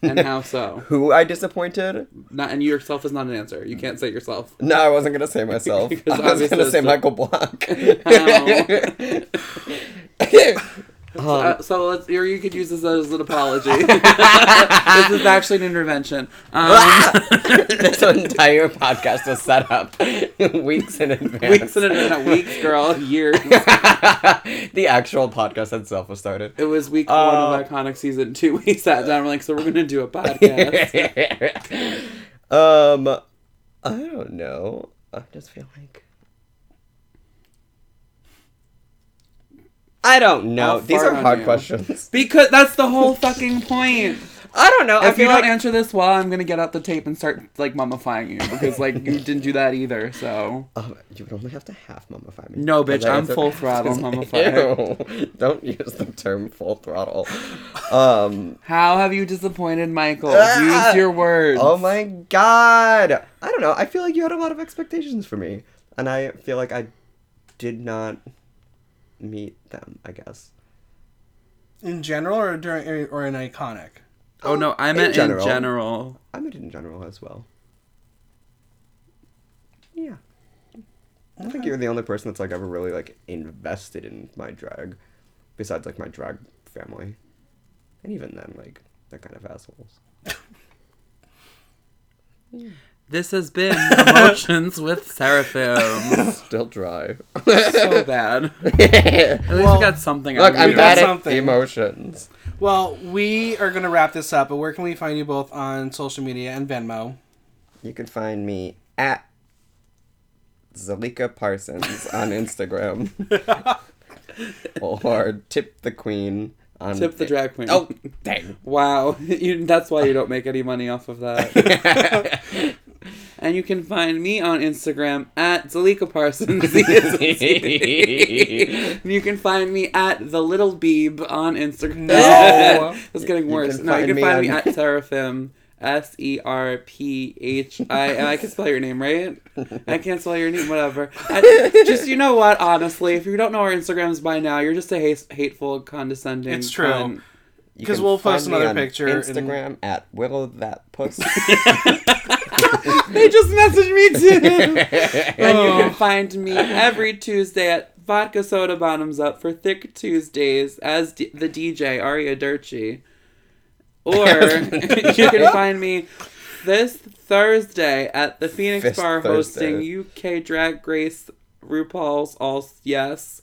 S2: and how so?
S3: Who I disappointed?
S2: Not and yourself is not an answer. You can't say yourself.
S3: No, I wasn't gonna say myself.
S2: Because
S3: I was
S2: obviously
S3: gonna say
S2: it's a-
S3: Michael Block. Um,
S2: Uh, so let's, or you could use this as an apology. this is actually an intervention. Um,
S3: this entire podcast was set up weeks in advance.
S2: weeks in advance, not weeks, girl, years.
S3: the actual podcast itself was started.
S2: It was week one
S3: Uh,
S2: of Iconic season two. We sat down. We're like, so we're gonna do a podcast.
S3: um, I don't know. I just feel like I don't know.
S2: I'll
S3: These
S2: fart
S3: are
S2: on
S3: hard
S2: you.
S3: questions.
S2: because that's the whole fucking point.
S3: I don't know. I
S2: If you
S3: feel
S2: don't
S3: like
S2: answer this, well, I'm gonna get out the tape and start like mummifying you because like you didn't do that either. So
S3: um, you would only have to half mummify me.
S2: No, bitch,
S3: As I
S2: I'm
S3: answer-
S2: full throttle mummified.
S3: Ew, don't use the term full throttle. Um.
S2: how have you disappointed Michael?
S3: Ah!
S2: Use your words.
S3: Oh my god! I don't know. I feel like you had a lot of expectations for me, and I feel like I did not meet them. I guess.
S1: In general, or during, or, or in iconic.
S2: Oh no, I
S3: In
S2: meant in general.
S3: general. I meant it in general as well. Yeah. I think you're the only person that's like ever really like invested in my drag, besides like my drag family, and even then like they're kind of assholes.
S2: This has been emotions with Seraphim.
S3: Still dry.
S2: so bad. At least
S3: Look,
S2: we got something. out of
S3: I'm
S2: you.
S3: bad at
S1: something.
S3: emotions.
S1: Well, we are gonna wrap this up. But where can we find you both on social media and Venmo?
S3: You can find me at Zalika Parsons on Instagram or Tip the Queen on
S2: Tip the drag queen.
S3: Oh, dang.
S2: Wow, you, that's why you don't make any money off of that. and you can find me on Instagram at Zalika Parsons. you can find me at the Little Beeb on Instagram.
S3: No.
S2: it's getting
S3: You
S2: worse.
S3: can
S2: no, you
S3: find
S2: can
S3: me
S2: find me
S3: on-
S2: at Seraphim. S E R P H I. and I can spell your name, right? I can't spell your name, whatever. I- just, you know what, honestly, if you don't know our Instagrams by now, you're just a hate, hateful, condescending.
S1: It's true.
S2: cunt.
S1: 'Cause we'll post another picture and-
S3: Instagram at Willow That Puss.
S2: They just messaged me too. and you
S1: Oh.
S2: can find me every Tuesday at Vodka Soda Bottoms Up for Thick Tuesdays as D- the DJ Aria Dirci. Or you can find me this Thursday at the Phoenix
S3: This
S2: Bar
S3: Thursday.
S2: hosting UK Drag Race RuPaul's All Yes.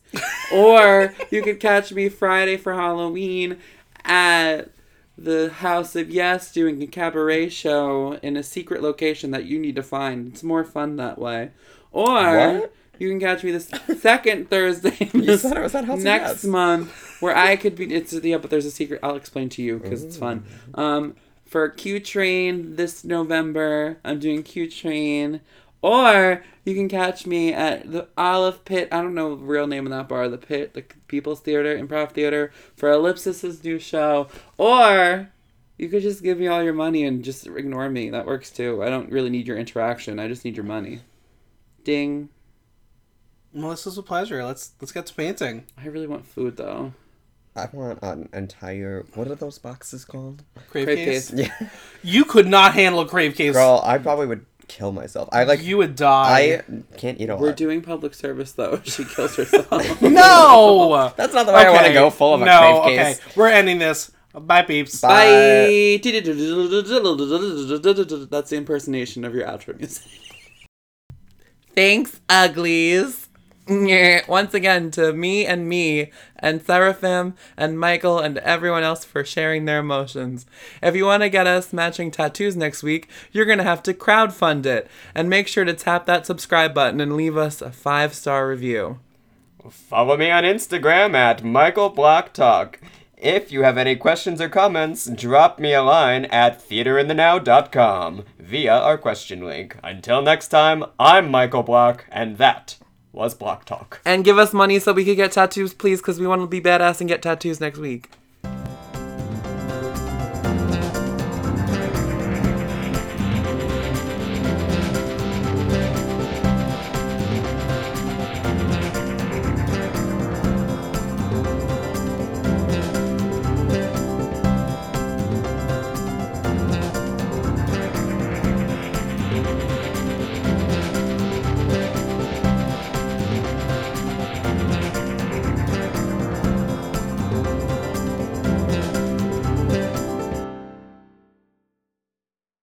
S2: or you can catch me Friday for Halloween at the House of Yes doing a cabaret show in a secret location that you need to find. It's more fun that way. Or
S3: What?
S2: you can catch me this second Thursday
S3: you
S2: this
S3: said it was at House of
S2: next
S3: Yes.
S2: month where I could be. It's yeah, but there's a secret. I'll explain to you because it's fun.
S3: Mm.
S2: Um, for Q Train this November, I'm doing Q Train. Or you can catch me at the Olive Pit. I don't know the real name of that bar. The Pit, the People's Theater, Improv Theater for Ellipsis's new show. Or you could just give me all your money and just ignore me. That works too. I don't really need your interaction. I just need your money. Ding.
S1: Well, this was a pleasure. Let's let's get to painting.
S2: I really want food though.
S3: I want an entire. What are those boxes called?
S1: Crave,
S2: Crave
S1: case.
S2: case.
S3: Yeah,
S1: You could not handle a crave case.
S3: girl, I probably would kill myself. I like.
S1: you would die.
S3: I can't eat a
S2: We're
S3: lot.
S2: doing public service though. She kills herself.
S1: no.
S3: That's not the way I want to
S1: Okay.
S3: go. Full of a
S1: No,
S3: crave
S1: okay.
S3: case.
S1: We're ending this. Bye, peeps.
S3: Bye.
S2: Bye. That's the impersonation of your outro music. Thanks, uglies. Once again to me and me and Seraphim and Michael and everyone else for sharing their emotions. If you want to get us matching tattoos next week, you're going to have to crowdfund it. And make sure to tap that subscribe button and leave us a five star review.
S4: Follow me on Instagram at Michael Block Talk. If you have any questions or comments, drop me a line at theaterinthenow.com via our question link. Until next time, I'm Michael Block, and that was Block Talk.
S2: And give us money so we could get tattoos, please, because we want to be badass and get tattoos next week.